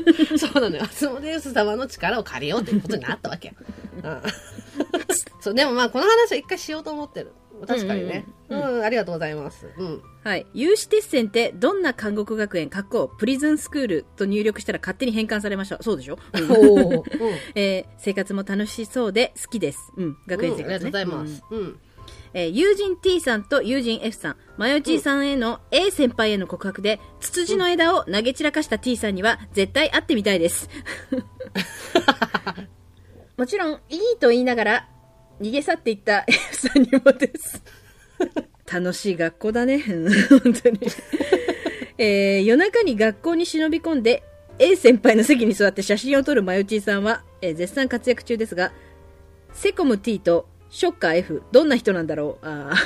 Speaker 1: [LAUGHS] そうなのよ。アスモデウス様の力を借りようっていうことになった [LAUGHS] わけよ。うん、そう、でもまあ、この話は一回しようと思ってる。確かにね。
Speaker 2: う
Speaker 1: うんん、ありがとうございます。うん。
Speaker 2: はい。有志鉄線ってどんな監獄学園、かっこ、プリズンスクールと入力したら勝手に変換されました。そうでしょう
Speaker 1: [LAUGHS]
Speaker 2: ん
Speaker 1: おお。
Speaker 2: えー生活も楽しそうで好きです。うん、学園生活、ね
Speaker 1: ありがとうございま
Speaker 2: うん
Speaker 1: す。うん。
Speaker 2: えー友人 T さんと友人 F さん、マヨチーさんへの A 先輩への告白で、ツツジの枝を投げ散らかした T さんには絶対会ってみたいです。もちろん、いいと言いながら、逃げ去っていった F さんにもです。楽しい学校だね。うん本当に。えー夜中に学校に忍び込んで、A 先輩の席に座って写真を撮るマヨチーさんは、えー絶賛活躍中ですが、セコム T とショッカー F、どんな人なんだろうあー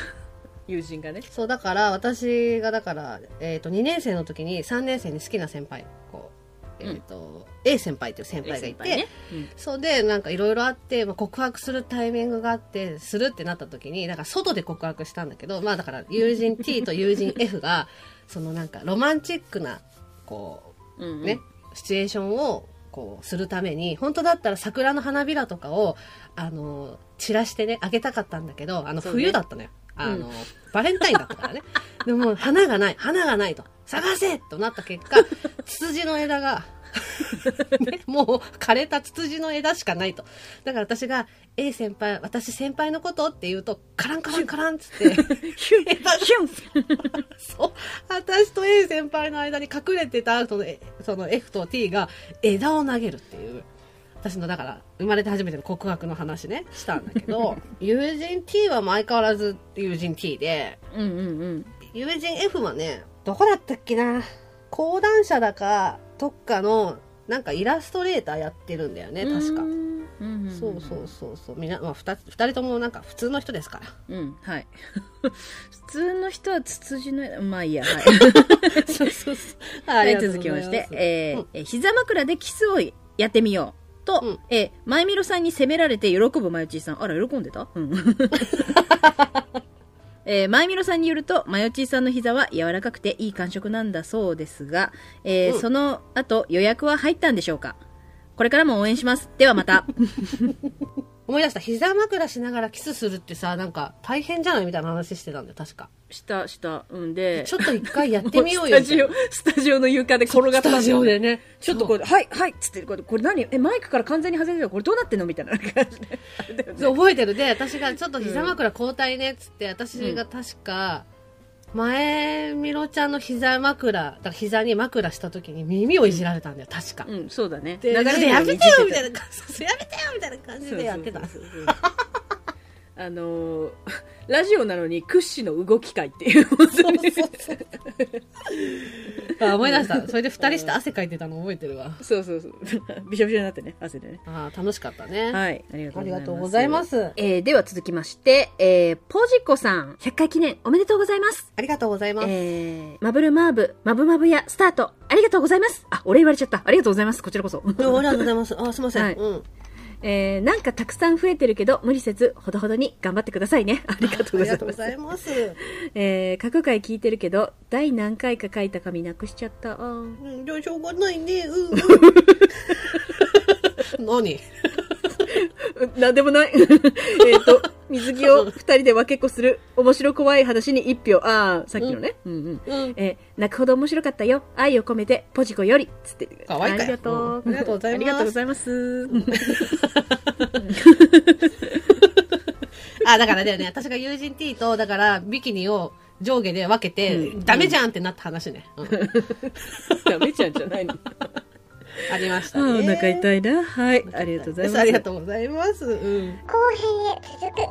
Speaker 2: 友人がね。
Speaker 1: そう、だから、私がだから、えっ、と、2年生の時に3年生に好きな先輩、こう、えっ、と、A 先輩という先輩がいて、そうで、なんかいろいろあって、まあ、告白するタイミングがあって、するってなった時に、なんか外で告白したんだけど、まあだから友人 T と友人 F が、そのなんかロマンチックな、こ
Speaker 2: うんうん
Speaker 1: う、ね、シチュエーションを、こう、するために、本当だったら桜の花びらとかを、あの、散らしてね、あげたかったんだけど、あの、
Speaker 2: そうね
Speaker 1: 冬だったのよ。あの、バレンタインだったからね。 [LAUGHS] でも、花がない、花がないと、探せとなった結
Speaker 2: [LAUGHS]
Speaker 1: 果、ツツジの枝が、 [LAUGHS] ね、もう枯れたツツジの枝しかないと。だから私が、A 先輩、私先輩のことって言うと、カランカランカランっつって、
Speaker 2: ヒュンヒュン
Speaker 1: そう、私と A 先輩の間に隠れてた、その、えその F と T が枝を投げるっていう。私のだから生まれて初めての告白の話ねしたんだけど友人 T は相変わらず友人 T で
Speaker 2: うんうんうん。
Speaker 1: 友人 F はねどこだったっけな講談社だかどっかのなんかイラストレーターやってるんだよね確か
Speaker 2: うんうんん。
Speaker 1: そうそうそうそうみんな、まあ、2, 二人ともなんか普通の人ですから
Speaker 2: [LAUGHS] うん、はい。普通の人はツツジの枝、まあいいや、はい。
Speaker 1: そうそう [LAUGHS] そう
Speaker 2: は、
Speaker 1: はい
Speaker 2: 続きまして、えー
Speaker 1: うん
Speaker 2: え膝枕でキスをやってみよう。と、
Speaker 1: うん
Speaker 2: えー、前見ろさんに責められて喜ぶまよちーさん。あら、喜んでたうん。 [LAUGHS] えー、前見ろさんによると、まよちーさんの膝は柔らかくていい感触なんだそうですが、えー
Speaker 1: うん
Speaker 2: その後予約は入ったんでしょうかこれからも応援します。ではまた。
Speaker 1: 思い出した膝枕しながらキスするってさなんか大変じゃないみたいな話してたんだよ確か
Speaker 2: した、した、うんで
Speaker 1: ちょっと一回やってみようよ
Speaker 2: スタジオ、スタジオの床で転がった
Speaker 1: スタジオでね
Speaker 2: ちょっとこれ、はい、はい、つって、これ、これ何え、マイクから完全に外れてるこれどうなってんのみたいな感じで。あれだよね
Speaker 1: そう覚えてるで私がちょっと膝枕交代ねっつって私が確か前みろちゃんの膝枕だから膝に枕した時に耳をいじられたんだよ確か、
Speaker 2: うん、そうだね。
Speaker 1: でやめて
Speaker 2: る
Speaker 1: よ
Speaker 2: のに
Speaker 1: み
Speaker 2: じって
Speaker 1: たいな感じやめてよみたいな感じでやってた
Speaker 2: そうそうそうそうあのー、 [LAUGHS] ラジオなのに屈指の動き会っていう。本当に
Speaker 1: あ思い出したそれで2人して汗かいてたの覚えてるわ
Speaker 2: そうそうそう。びしょびしょになってね、汗でね。
Speaker 1: あー楽しかったね、
Speaker 2: はい。あり
Speaker 1: ありがとうございま。す
Speaker 2: えー、では続きまして、えー、ポジコさん、100回記念おめでとうございます。
Speaker 1: ありがとうございます、
Speaker 2: えー、マブルマーブ、マブマブやスタート、ありがとうございます。あ、俺言われちゃった。ありがとうございます。こちらこそ。
Speaker 1: うんありがとうございますあすいません、
Speaker 2: はい
Speaker 1: うん
Speaker 2: えー、なんかたくさん増えてるけど、無理せず、ほどほどに頑張ってくださいね。ありがと
Speaker 1: あ
Speaker 2: うご
Speaker 1: り
Speaker 2: ざ
Speaker 1: が
Speaker 2: い
Speaker 1: とうご
Speaker 2: ます
Speaker 1: ざ。います。
Speaker 2: えー、各回聞いてるけど、第何回か書いた紙なくしちゃった。あー
Speaker 1: うん、じゃあしょうがないね。うん、
Speaker 2: [LAUGHS]
Speaker 1: うん。何
Speaker 2: うんなんでもない。 [LAUGHS] えっと、水着を二人で分けっこする、面白怖い話に一票。ああ、さっきのね。うんうん。
Speaker 1: うん。
Speaker 2: えー泣くほど面白かったよ。愛を込めて、ポジコより。つって。
Speaker 1: 可愛いか
Speaker 2: あ
Speaker 1: い
Speaker 2: りがとう。
Speaker 1: うんありがとうございます
Speaker 2: ありがとうございます。
Speaker 1: あ、だからだよね。私が友人 T と、だから、ビキニを上下で分けて、
Speaker 2: うん
Speaker 1: ダメじゃんってなった話ね。うん
Speaker 2: [LAUGHS] ダメちゃんじゃ [LAUGHS] ないの。
Speaker 1: ありまし
Speaker 2: あ
Speaker 1: た
Speaker 2: ー
Speaker 1: ね。
Speaker 2: お腹痛いな。はい。ありがとうございます。
Speaker 1: ありがとうございます。うん。
Speaker 3: 後編へ続く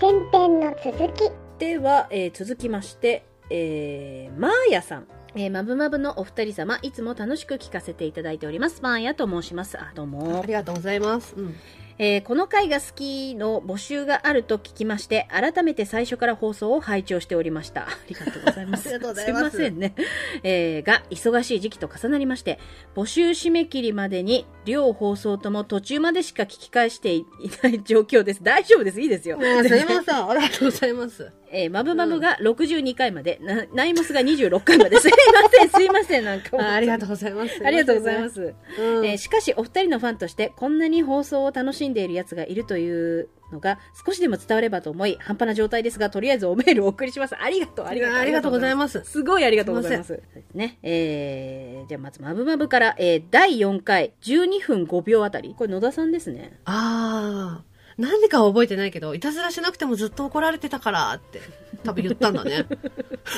Speaker 3: 前編の続き
Speaker 2: では、えー続きまして、えー、マーヤさん。えー、まぶまぶのお二人様、いつも楽しく聞かせていただいております。マーヤと申します。あ、どうも
Speaker 1: あり。がとうございます。うん。
Speaker 2: えーこの回が好きの募集があると聞きまして、改めて最初から放送を拝聴しておりました。 [LAUGHS] ありがとうございます。
Speaker 1: ありがとうございます
Speaker 2: すいませんね。えーが、忙しい時期と重なりまして、募集締め切りまでに、両放送とも途中までしか聞き返していない状況です。大丈夫です。いいですよ。
Speaker 1: あすいませ
Speaker 2: [LAUGHS]
Speaker 1: ん。ありがとうございます。
Speaker 2: えー、マブマブが62回まで、なナイモスが26回まで、すいません、すいません、なんか
Speaker 1: あ
Speaker 2: もう
Speaker 1: ありがとうございます。。
Speaker 2: ありがとうございますす。
Speaker 1: うん。
Speaker 2: えーしかし、お二人のファンとして、こんなに放送を楽しんでいる奴がいるというのが、少しでも伝わればと思い、半端な状態ですが、とりあえずおメールをお送りします。ありがとう、あ
Speaker 1: あり
Speaker 2: りがとう。
Speaker 1: がとうございます。
Speaker 2: すごいありがとうございます。そうですね。えー、じゃあまず、マブマブから、えー、第4回、12分5秒あたり。これ、野田さんですね。
Speaker 1: ああ。なんでかは覚えてないけど、いたずらしなくてもずっと怒られてたからって、多分言ったんだ
Speaker 2: [LAUGHS]
Speaker 1: ね。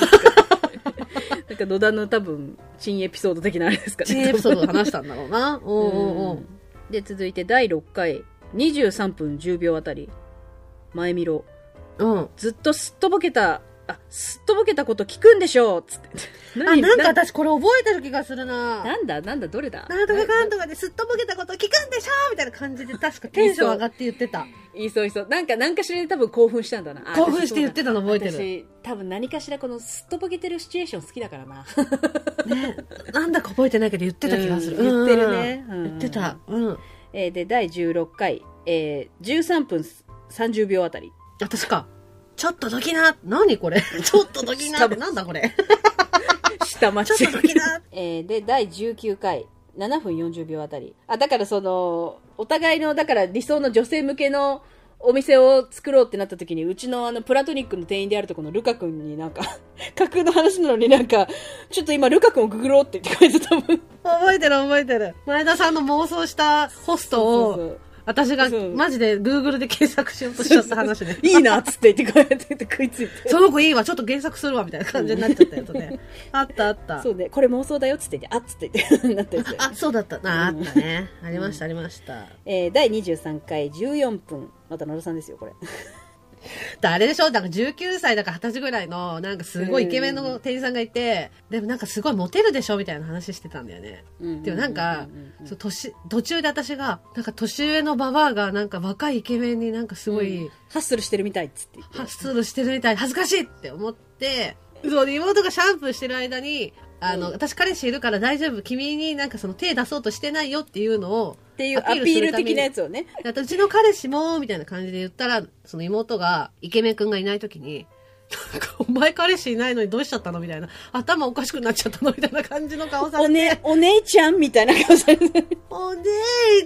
Speaker 2: なんか、野田の多分、新エピソード的なあれですかね。
Speaker 1: 新エピソードで話したんだろうな。おうおうおう
Speaker 2: で続いて第6回23分10秒あたり前見ろ。
Speaker 1: うん。
Speaker 2: ずっとすっとぼけた、あ、すっとぼけたこと聞くんでしょう [LAUGHS] つって。
Speaker 1: あ、
Speaker 2: 何
Speaker 1: なんか私これ覚えてる気がするな。
Speaker 2: なんだなんだどれだ
Speaker 1: なんとかかんとかですっとぼけたこと聞くんでしょみたいな感じで確かテンション上がって言ってた。
Speaker 2: いいそういいそう。なんか、何かしらで多分興奮したんだな。あ
Speaker 1: 興奮して言ってたの覚えてる。
Speaker 2: 私、多分何かしらこのすっとぼけてるシチュエーション好きだからな。
Speaker 1: ね、なんだか覚えてないけど言ってた気がする。
Speaker 2: うん言ってるね
Speaker 1: うん
Speaker 2: うん
Speaker 1: 言ってた。うん。
Speaker 2: えーで、第16回、えー、13分30秒あたり。
Speaker 1: 私か。ちょっとどきな。何これ。 [LAUGHS] ちょっとどきなってなんだこれ。
Speaker 2: 下町。
Speaker 1: ちょっとどきな。
Speaker 2: えーで、第19回、7分40秒あたり。あ、だからその、お互いの、だから理想の女性向けのお店を作ろうってなった時に、うちのあの、プラトニックの店員であるとこのルカ君になんか、 [LAUGHS] 架空の話なのになんか、ちょっと今ルカ君をググろうって言って書いてたもん。
Speaker 1: 覚えてる覚えてる。前田さんの妄想したホスト
Speaker 2: そうそうそ
Speaker 1: を
Speaker 2: う、
Speaker 1: 私が
Speaker 2: そう
Speaker 1: マジで Google で検索しようとしちゃった話ね。
Speaker 2: [LAUGHS] いいなっつって言ってこうやって食いついて。
Speaker 1: その子いいわ、ちょっと検索するわ、みたいな感じになっちゃったやつね。
Speaker 2: [LAUGHS]
Speaker 1: あったあった。
Speaker 2: そうね、これ妄想だよっつって言って、あっつって言って、 [LAUGHS] なったやつだよね
Speaker 1: [LAUGHS] あ、そうだった。ああったね。ありました、ありました。
Speaker 2: えー、第23回14分。また野田さんですよ、これ。
Speaker 1: あれでしょなんか19歳だか二十歳ぐらいの、なんかすごいイケメンの店員さんがいて、でもなんかすごいモテるでしょみたいな話してたんだよね。でもなんか
Speaker 2: うんうんうんうん、
Speaker 1: そう年途中で私が、なんか年上のババアがなんか若いイケメンになんかすごい、
Speaker 2: ハッスルしてるみたいっつって言って。
Speaker 1: ハッスルしてるみたい、恥ずかしいって思って、そうで、妹がシャンプーしてる間に、あの、私彼氏いるから大丈夫、君になんかその手出そうとしてないよっていうのを、
Speaker 2: っていうアピール的なやつをね。
Speaker 1: であとうちの彼氏も、みたいな感じで言ったら、その妹が、イケメンくんがいないときに、 [LAUGHS] なんか、お前彼氏いないのにどうしちゃったのみたいな。頭おかしくなっちゃったのみたいな感じの顔され
Speaker 2: お
Speaker 1: て。
Speaker 2: ね、お姉ちゃんみたいな顔されて。
Speaker 1: お姉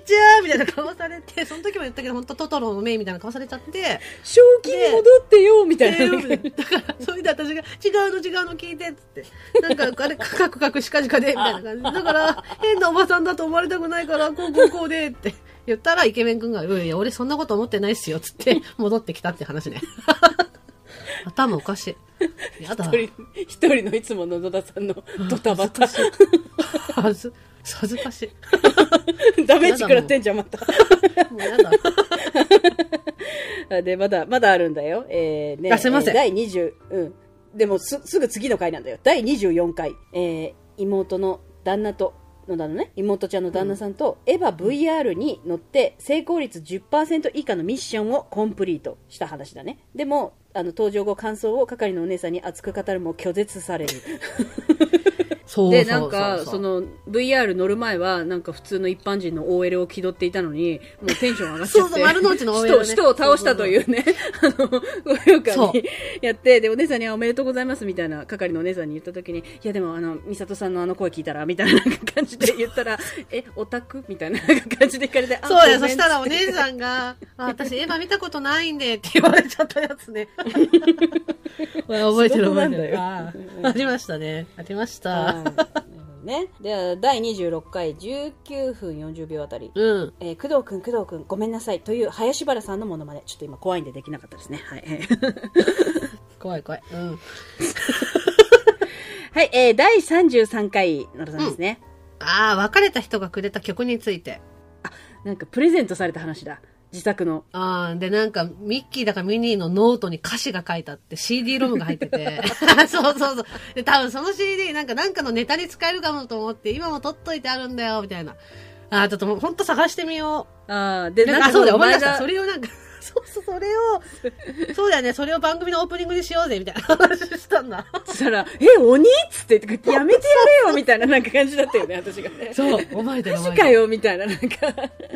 Speaker 1: ちゃんみたいな顔されて、その時も言ったけど、本当トトロの目みたいな顔されちゃって、
Speaker 2: 正気に戻ってよみたいな。
Speaker 1: でだから、それで私が、違うの違うの聞いてっつって。なんか、あれ、カクカクしかじかで、みたいな感じで。だから、変なおばさんだと思われたくないから、こうこうこうでって。言ったら、イケメン君が、いやいや、俺そんなこと思ってないっすよ、つって、戻ってきたって話ね。頭おかしい。やだ
Speaker 2: 一。人、一人のいつもの野田さんのドタバタ。
Speaker 1: 恥ず、恥ずかしい。
Speaker 2: ダメージ食らってんじゃん、ま
Speaker 1: もうやだ。
Speaker 2: た。で、まだ、まだあるんだよ。えー、ね。
Speaker 1: あすいません
Speaker 2: えー第20、うん。でも、す、すぐ次の回なんだよ。第24回。えー、妹の旦那と、のだのね、妹ちゃんの旦那さんと、エヴァ VR に乗って成功率10%以下のミッションをコンプリートした話だねでもあの登場後感想を係のお姉さんに熱く語るも拒絶される
Speaker 1: そうそうそうそう。
Speaker 2: でなんかそ、の VR 乗る前はなんか普通の一般人の OL を気取っていたのにもうテンション上がっちゃ
Speaker 1: そ
Speaker 2: って
Speaker 1: うそう丸の内の OL ね
Speaker 2: [LAUGHS] 人を人を倒したというね [LAUGHS] あのご評
Speaker 1: そ
Speaker 2: 価
Speaker 1: う
Speaker 2: にやってでお姉さんにはおめでとうございますみたいな係のお姉さんに言った時にいやでもあの美里さんのあの声聞いたらみたいな感じで言った
Speaker 1: [LAUGHS]
Speaker 2: らえオタクみたいな感じで聞かれてあ
Speaker 1: そうや、そ
Speaker 2: ごめん
Speaker 1: したらお姉さんが、あ、私エヴァ見たことないんでって言われちゃったやつ
Speaker 2: [LAUGHS]
Speaker 1: ね。覚えてる
Speaker 2: 仕
Speaker 1: 覚
Speaker 2: 事な
Speaker 1: え
Speaker 2: ん
Speaker 1: て
Speaker 2: だ
Speaker 1: る。
Speaker 2: よ
Speaker 1: あーありましたね。ありました。
Speaker 2: はいね、では第26回19分40秒あたり
Speaker 1: うん。
Speaker 2: えー工藤君、工藤君、ごめんなさいという林原さんのものまね、ちょっと今怖いんでできなかったですね。はい、 [LAUGHS]
Speaker 1: 怖い怖い。うん。
Speaker 2: はいえー第33回、野田さんですね、
Speaker 1: ああ、別れた人がくれた曲について。
Speaker 2: なんかプレゼントされた話だ、自作の。
Speaker 1: ああ、で、なんか、ミッキーだかミニーのノートに歌詞が書いてあって、CD ロムが入ってて。
Speaker 2: [LAUGHS]
Speaker 1: そうそうそう。で、多分その CD、なんか、なんかのネタに使えるかもと思って、今も取っといてあるんだよ、みたいな。ああ、ちょっともうほんと探してみよう。
Speaker 2: ああ、で
Speaker 1: なんか、そうだよ、思い出した。そ
Speaker 2: そ
Speaker 1: れをなんか、 [LAUGHS] そうそう、それを、そうだよね、それを番組のオープニングにしようぜ、みたいな話したんだ。
Speaker 2: したら、え、鬼っつって、やめてやれよ
Speaker 1: [LAUGHS]
Speaker 2: みたいななんか感じだったよね、私がね。
Speaker 1: そう、覚えてる。
Speaker 2: マジかよみたいな、なんか。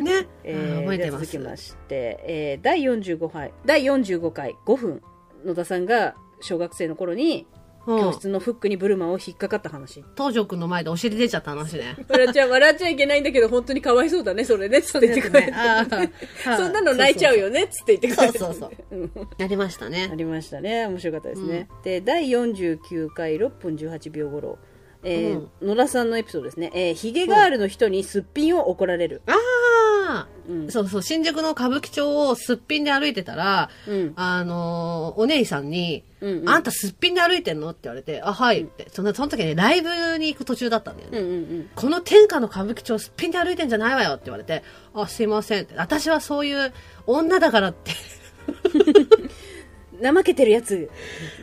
Speaker 1: ね。
Speaker 2: え
Speaker 1: [LAUGHS]
Speaker 2: ー
Speaker 1: うん覚えてま。
Speaker 2: じゃあ続きますして、えー第45回、第45回、5分、野田さんが小学生の頃に、
Speaker 1: う
Speaker 2: 教
Speaker 1: ん。
Speaker 2: 室のフックにブルマを引っかかった話。
Speaker 1: 東條くんの前でお尻出ちゃった話
Speaker 2: [LAUGHS]
Speaker 1: ね。
Speaker 2: 笑っちゃ、笑っちゃいけないんだけど、本当にかわいそうだね、それね、つって言ってくれて。
Speaker 1: あ
Speaker 2: [LAUGHS]
Speaker 1: ーあー
Speaker 2: そんなの泣いちゃうよね、つって言ってくれて。
Speaker 1: そうそう
Speaker 2: うん。
Speaker 1: なりました
Speaker 2: あ
Speaker 1: ね。
Speaker 2: りましたね。面白かったですね。で、第49回6分18秒頃。えー野田さんのエピソードですね。えーヒゲガールの人にすっぴんを怒られる。
Speaker 1: ああ
Speaker 2: うん。
Speaker 1: そうそう、新宿の歌舞伎町をすっぴんで歩いてたら、
Speaker 2: うん。
Speaker 1: あのーお姉さんに、
Speaker 2: うんうん
Speaker 1: あんたすっぴんで歩いてんのって言われて、あ、はいって。そのその時ね、ライブに行く途中だったんだよね
Speaker 2: うん。うん
Speaker 1: この天下の歌舞伎町すっぴんで歩いてんじゃないわよって言われて、あ、すいませんって。私はそういう女だからって。 [LAUGHS]
Speaker 2: 怠けてるやつ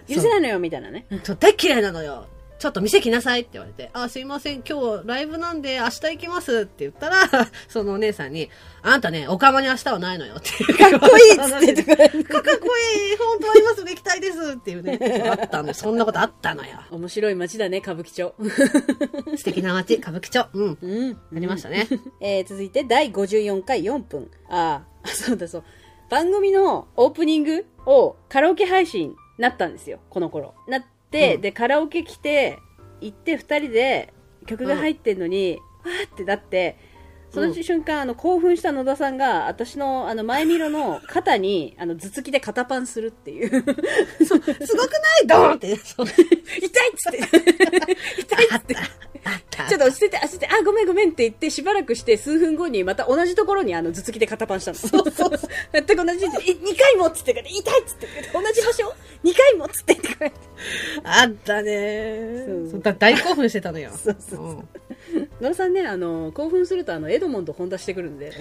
Speaker 2: 許せないのよみたいなね
Speaker 1: そう大っ嫌いなのよちょっと店来なさいって言われて、あ、すいません、今日ライブなんで明日行きますって言ったら、 [LAUGHS] そのお姉さんに、あんたね、お釜に明日はないのよって
Speaker 2: かっこいいっつってとか
Speaker 1: かっこいい本当ありますね行きたいですっていうねあったのそんなことあったのよ
Speaker 2: 面白い街だね歌舞伎町
Speaker 1: 素敵な街歌舞伎町うん
Speaker 2: うんあ
Speaker 1: ありました
Speaker 2: [LAUGHS]
Speaker 1: ね
Speaker 2: えー続いて第54回4分。ああ、そうだそう。番組のオープニングをカラオケ配信なったんですよ、この頃。なって、
Speaker 1: うん
Speaker 2: で、カラオケ来て、行って二人で曲が入ってんのに、わーってなって、その瞬間、あの、興奮した野田さんが、私の、あの、前見ろの肩に、あの、頭突きで肩パンするって [LAUGHS] いう。痛いっ
Speaker 1: すごくないドーンってそう
Speaker 2: つって。
Speaker 1: あったあった
Speaker 2: [LAUGHS] ちょっと落ち着いて、落ち着いて、あ、ごめんごめんって言って、しばらくして、数分後に、また同じところに、あの、頭突きで肩パンしたの。そうそうそう。 [LAUGHS] 全く同じ位置で、え、2回もっつってから、痛いっつってから、同じ場所 ?2 回もっつってから。
Speaker 1: あったね
Speaker 2: そう
Speaker 1: そうだ大興奮してたのよ
Speaker 2: そうそうそ
Speaker 1: うん
Speaker 2: 野田さんね、あの、興奮すると、あの、エドモンド本出してくるんで。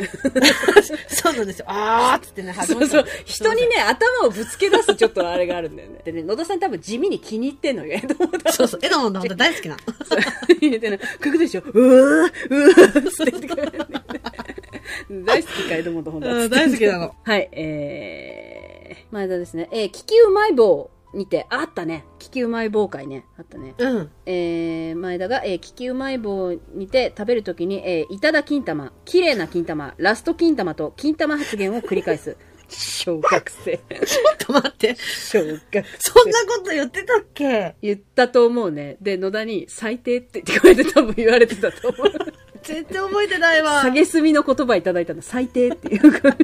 Speaker 1: そうなんですよあーっつってね始
Speaker 2: そ
Speaker 1: ま
Speaker 2: う
Speaker 1: った
Speaker 2: そう。人にね、頭をぶつけ出す、ちょっとあれがあるんだよね。でね、野田さん多分地味に気に入ってんのよ、エドモンド。
Speaker 1: そうそうエドモンのこと大好きな
Speaker 2: [LAUGHS] 言ってな、くくでしょ。うわーうわーつって言ってくる。大好きか、エドモンド本田
Speaker 1: うん大好きなの。
Speaker 2: [LAUGHS] はい、えー、前田ですね。えー、気球うまい棒にて、ああったね。気球うまい棒会ね。あったね。
Speaker 1: うん
Speaker 2: えー、前田が、えー、気球うまい棒にて食べるときに、えー、いただ金玉、綺麗な金玉、ラスト金玉と金玉発言を繰り返
Speaker 1: [LAUGHS]
Speaker 2: す。小学生。
Speaker 1: ちょっと待って
Speaker 2: 小学生。
Speaker 1: そんなこと言ってたっけ
Speaker 2: 言ったと思うね。で、野田に最低って言われて多分言われてたと思う。
Speaker 1: 全然覚えてないわ
Speaker 2: 下げすみの言葉いただいたの最低っていうか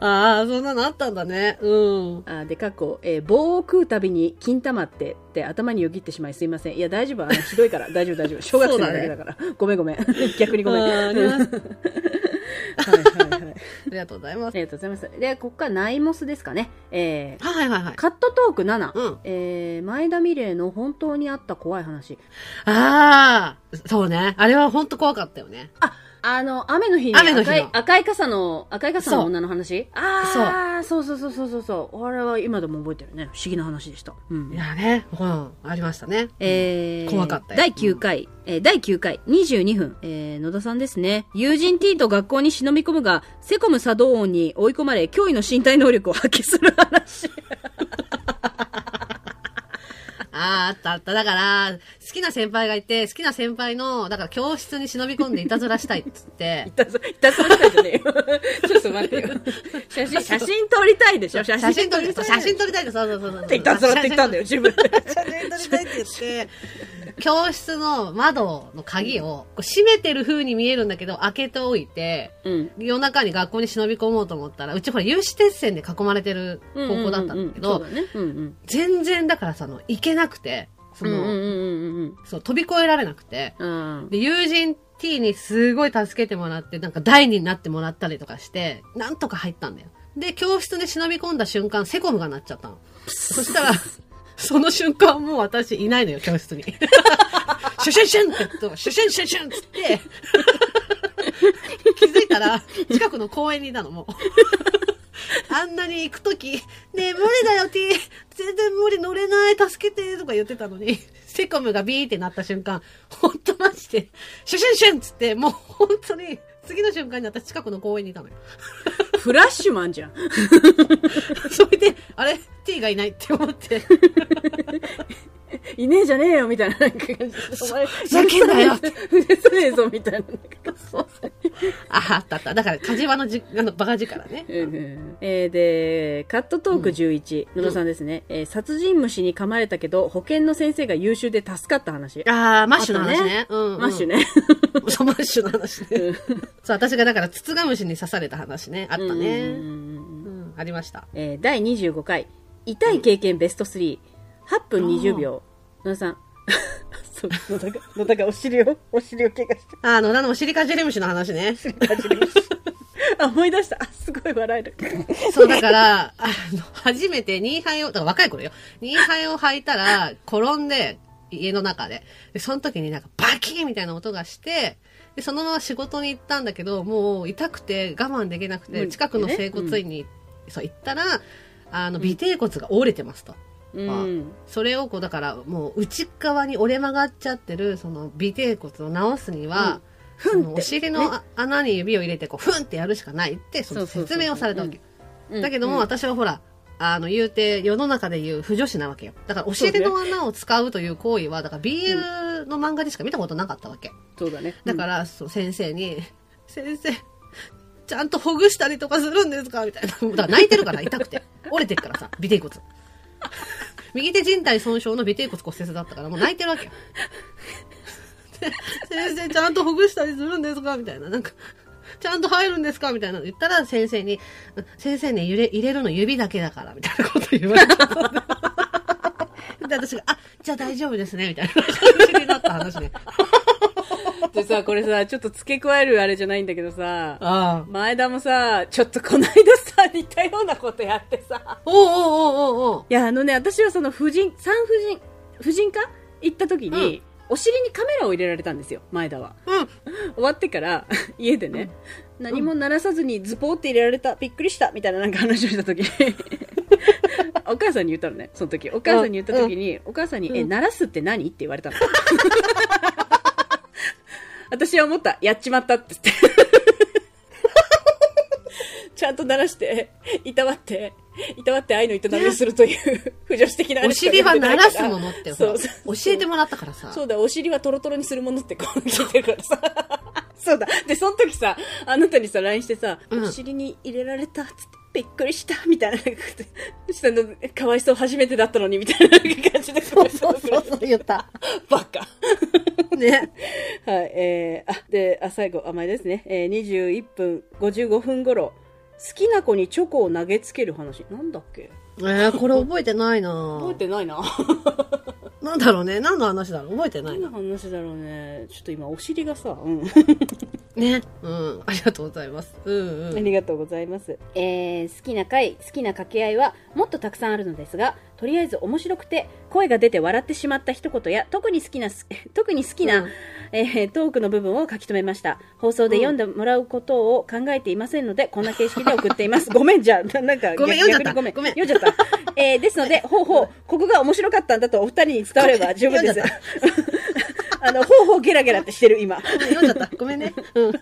Speaker 1: ああそんなのあったんだねうん
Speaker 2: [LAUGHS] あでかっこ、えー棒を食うたびに金玉ってって頭によぎってしまいすいませんいや大丈夫あのひどいから [LAUGHS] 大丈夫大丈夫小学生のだけだからごめんごめん [LAUGHS] 逆にごめん
Speaker 1: あ
Speaker 2: はい
Speaker 1: ーあり [LAUGHS]
Speaker 2: はい
Speaker 1: ます
Speaker 2: はい
Speaker 1: ありがとうござい
Speaker 2: あ
Speaker 1: ます
Speaker 2: りがとうございますでここからナイモスですかねえー
Speaker 1: はいはいはい
Speaker 2: カットトーク7、
Speaker 1: うん
Speaker 2: えー前田美玲の本当にあった怖い話。
Speaker 1: ああ、そうね。あれは本当怖かったよね。
Speaker 2: あの、雨の日に赤い
Speaker 1: 雨の日の
Speaker 2: 赤い傘の、赤い傘の女の話ああ、そうそうそうそうそうそう。あれは今でも覚えてるね。不思議な話でした。うん
Speaker 1: い。やね、うん、ありましたね。
Speaker 2: えー、
Speaker 1: 怖かったよ
Speaker 2: 第9回、えー第9回、22分、えー、野田さんですね。友人 T と学校に忍び込むが、セコム作動音に追い込まれ、驚異の身体能力を発揮する話。
Speaker 1: ああ、あったあった。だから、好きな先輩がいて、好きな先輩の、だから教室に忍び込んでいたずらしたいっつって、
Speaker 2: 痛そう、痛そうなんじゃねえよ。ちょっと待ってよ。写真、写真撮りたいでしょ [LAUGHS] 写
Speaker 1: 写真撮りたい、写真
Speaker 2: 撮
Speaker 1: 撮りたいって、そうそうそうそう。
Speaker 2: っていたずらって言ったんだよ、自分で。
Speaker 1: 写真撮りたいって言って、教室の窓の鍵を、こう閉めてる風に見えるんだけど、開けておいて、
Speaker 2: うん。
Speaker 1: 夜中に学校に忍び込もうと思ったら、うちほら、有刺鉄線で囲まれてる高校だったんだけど、
Speaker 2: うんうんうんそうだね。うんうん。
Speaker 1: 全然だからその、行けなくて、そ
Speaker 2: うん
Speaker 1: の、
Speaker 2: うんうん
Speaker 1: そう、飛び越えられなくて、
Speaker 2: うんうん。
Speaker 1: で、友人 T にすごい助けてもらって、なんか台になってもらったりとかして、なんとか入ったんだよ。で、教室で忍び込んだ瞬間、セコムが鳴っちゃったの。そしたら、その瞬間もう私いないのよ、教室に。 [LAUGHS] シュシュンシュンって言うと、シュシュンシュンシュンって言って、気づいたら、近くの公園にいたの、もう。あんなに行くとき、ねえ、無理だよ、T! 全然無理乗れない、助けてとか言ってたのに、セコムがビーってなった瞬間、ほんとマジで、シュシュンシュンっつって、もう本当に、次の瞬間に私近くの公園にいたのよ。
Speaker 2: フラッシュマンじゃん。
Speaker 1: それで、あれ ?T がいないって思って、
Speaker 2: いねえじゃねえよみたいななんか感じ。お前、ふ
Speaker 1: ざけんなよって
Speaker 2: 嘘ねえぞみたいな。
Speaker 1: あ、あったあった。だから、梶場のじ、あの、バカ力ね。
Speaker 2: えー、で、カットトーク11、野田さんですね、えー殺人虫に噛まれたけど、保健の先生が優秀で助かった話。
Speaker 1: あー、マッシュの話ね。
Speaker 2: あ
Speaker 1: うん、うん。
Speaker 2: マッシュ。ね。
Speaker 1: そう、マッシュの話ね。そう、私がだから、ツツガムシに刺された話ね。あったね。
Speaker 2: うんうんうん
Speaker 1: うん、ありました。
Speaker 2: [LAUGHS] えー第25回、痛い経験ベスト3、8分20秒。野田さん。 [LAUGHS] そう、野田が、野田がお尻を、お尻を怪我して。
Speaker 1: あの、あの、お尻かじり虫の話ね。
Speaker 2: [LAUGHS] あ、思い出した。あ、すごい笑える。
Speaker 1: そう、だから、あの、初めてニーハイを、だから若い頃よ。ニーハイを履いたら、転んで、家の中で。で、その時になんかバキーンみたいな音がして、で、そのまま仕事に行ったんだけど、もう痛くて我慢できなく
Speaker 2: 無
Speaker 1: て、
Speaker 2: 理
Speaker 1: 近くの整骨院に行っそう行ったらあの尾てい骨が折れてますと、
Speaker 2: [LAUGHS] うん。
Speaker 1: それをこうだからもう内側に折れ曲がっちゃってるその尾てい骨を直すには、
Speaker 2: ふ
Speaker 1: そ
Speaker 2: ん
Speaker 1: の
Speaker 2: っ
Speaker 1: お
Speaker 2: て。
Speaker 1: 尻のあ穴に指を入れてこうふんってやるしかないってその
Speaker 2: そうそうそ
Speaker 1: 説
Speaker 2: う
Speaker 1: 明をされたわけ、
Speaker 2: うん
Speaker 1: だけども、
Speaker 2: うん
Speaker 1: 私はほらあの言うて世の中で言う不女子なわけよだからお尻の穴を使うという行為はだから BL の漫画でしか見たことなかったわけ
Speaker 2: そうだね。
Speaker 1: だから、そう先生に「先生ちゃんとほぐしたりとかするんですか?」みたいな [LAUGHS] だから泣いてるから痛くて折れてる [LAUGHS] からさ尾てい骨右手靭帯損傷の尾てい骨骨折だったからもう泣いてるわけよで [LAUGHS] 先生ちゃんとほぐしたりするんですかみたいななんかちゃんと入るんですかみたいなの言ったら先生に「先生ね揺れ入れるの指だけだから」みたいなこと言われた [LAUGHS] で私が「あじゃあ大丈夫ですね」みたいな [LAUGHS] 感じになった話ね
Speaker 2: うんでさ、これさ、ちょっと付け加えるあれじゃないんだけどさ、
Speaker 1: ああ
Speaker 2: 前田もさ、ちょっとこの間さ、似たようなことやってさ。
Speaker 1: おうおうおうおうおう
Speaker 2: いや、あのね、私はその婦人、産婦人、婦人科行った時に、お尻にカメラを入れられたんですよ、前田は。
Speaker 1: うん
Speaker 2: [LAUGHS] 終わってから家でね、何も鳴らさずにズポーって入れられたびっくりしたみたいななんか話をした
Speaker 1: [LAUGHS]
Speaker 2: 時にお母さんに言ったのねその時お母さんに言った時に、お母さんに「え鳴らすって何?」って言われたの [LAUGHS] 私は思ったやっちまっ
Speaker 1: [LAUGHS]
Speaker 2: たって言ってちゃんと鳴らしていたわっていたわって愛の営みをする
Speaker 1: [LAUGHS]
Speaker 2: という不女子的なあれ
Speaker 1: お
Speaker 2: しか
Speaker 1: 尻
Speaker 2: やっ
Speaker 1: は
Speaker 2: てな
Speaker 1: 鳴
Speaker 2: いから
Speaker 1: すものってほ
Speaker 2: そ
Speaker 1: ら
Speaker 2: う
Speaker 1: 教
Speaker 2: そう
Speaker 1: えてもらったからさ
Speaker 2: そうだ、お尻はトロトロにするものってこう聞いてるからさ。 [LAUGHS] そうだ。で、その時さ、あなたにさ、LINE してさ、
Speaker 1: うん
Speaker 2: お尻に入れられたっつって、びっくりした、みたいな。そしたら、かわいそう、初めてだったのに、みたいな感じで。そう
Speaker 1: そうそうそう言った
Speaker 2: バカ。
Speaker 1: ね
Speaker 2: はい、えー、あ、で、あ、最後、甘いですね。えー、21分55分頃、好きな子にチョコを投げつける話。なんだっけ
Speaker 1: えー、これ覚えてないな
Speaker 2: 覚えてないな。
Speaker 1: なんだろうね何の話だろう覚えてない
Speaker 2: 何の
Speaker 1: な
Speaker 2: 話だろうね。ちょっと今、お尻がさ、うん。
Speaker 1: ねうんありがとうございますうんう
Speaker 2: あ
Speaker 1: ん
Speaker 2: りがとうございます、えー好きな回好きな掛け合いはもっとたくさんあるのですがとりあえず面白くて声が出て笑ってしまった一言や特に好きな [LAUGHS] す特に好き
Speaker 1: う
Speaker 2: な、
Speaker 1: ん
Speaker 2: えートークの部分を書き留めました放送で読んでもらうことを考えていませんので、こんな形式で送っています [LAUGHS] ごめんじゃあななんか
Speaker 1: ごめん
Speaker 2: 逆
Speaker 1: 読んじゃった
Speaker 2: 逆にごめん
Speaker 1: ごめん
Speaker 2: 読んじゃった、えーです
Speaker 1: [LAUGHS]
Speaker 2: のでほうほうここが面白かったんだとお二人に伝われば十分です [LAUGHS] あのほうほうゲラゲラってしてる今
Speaker 1: 読んじゃったごめんねうん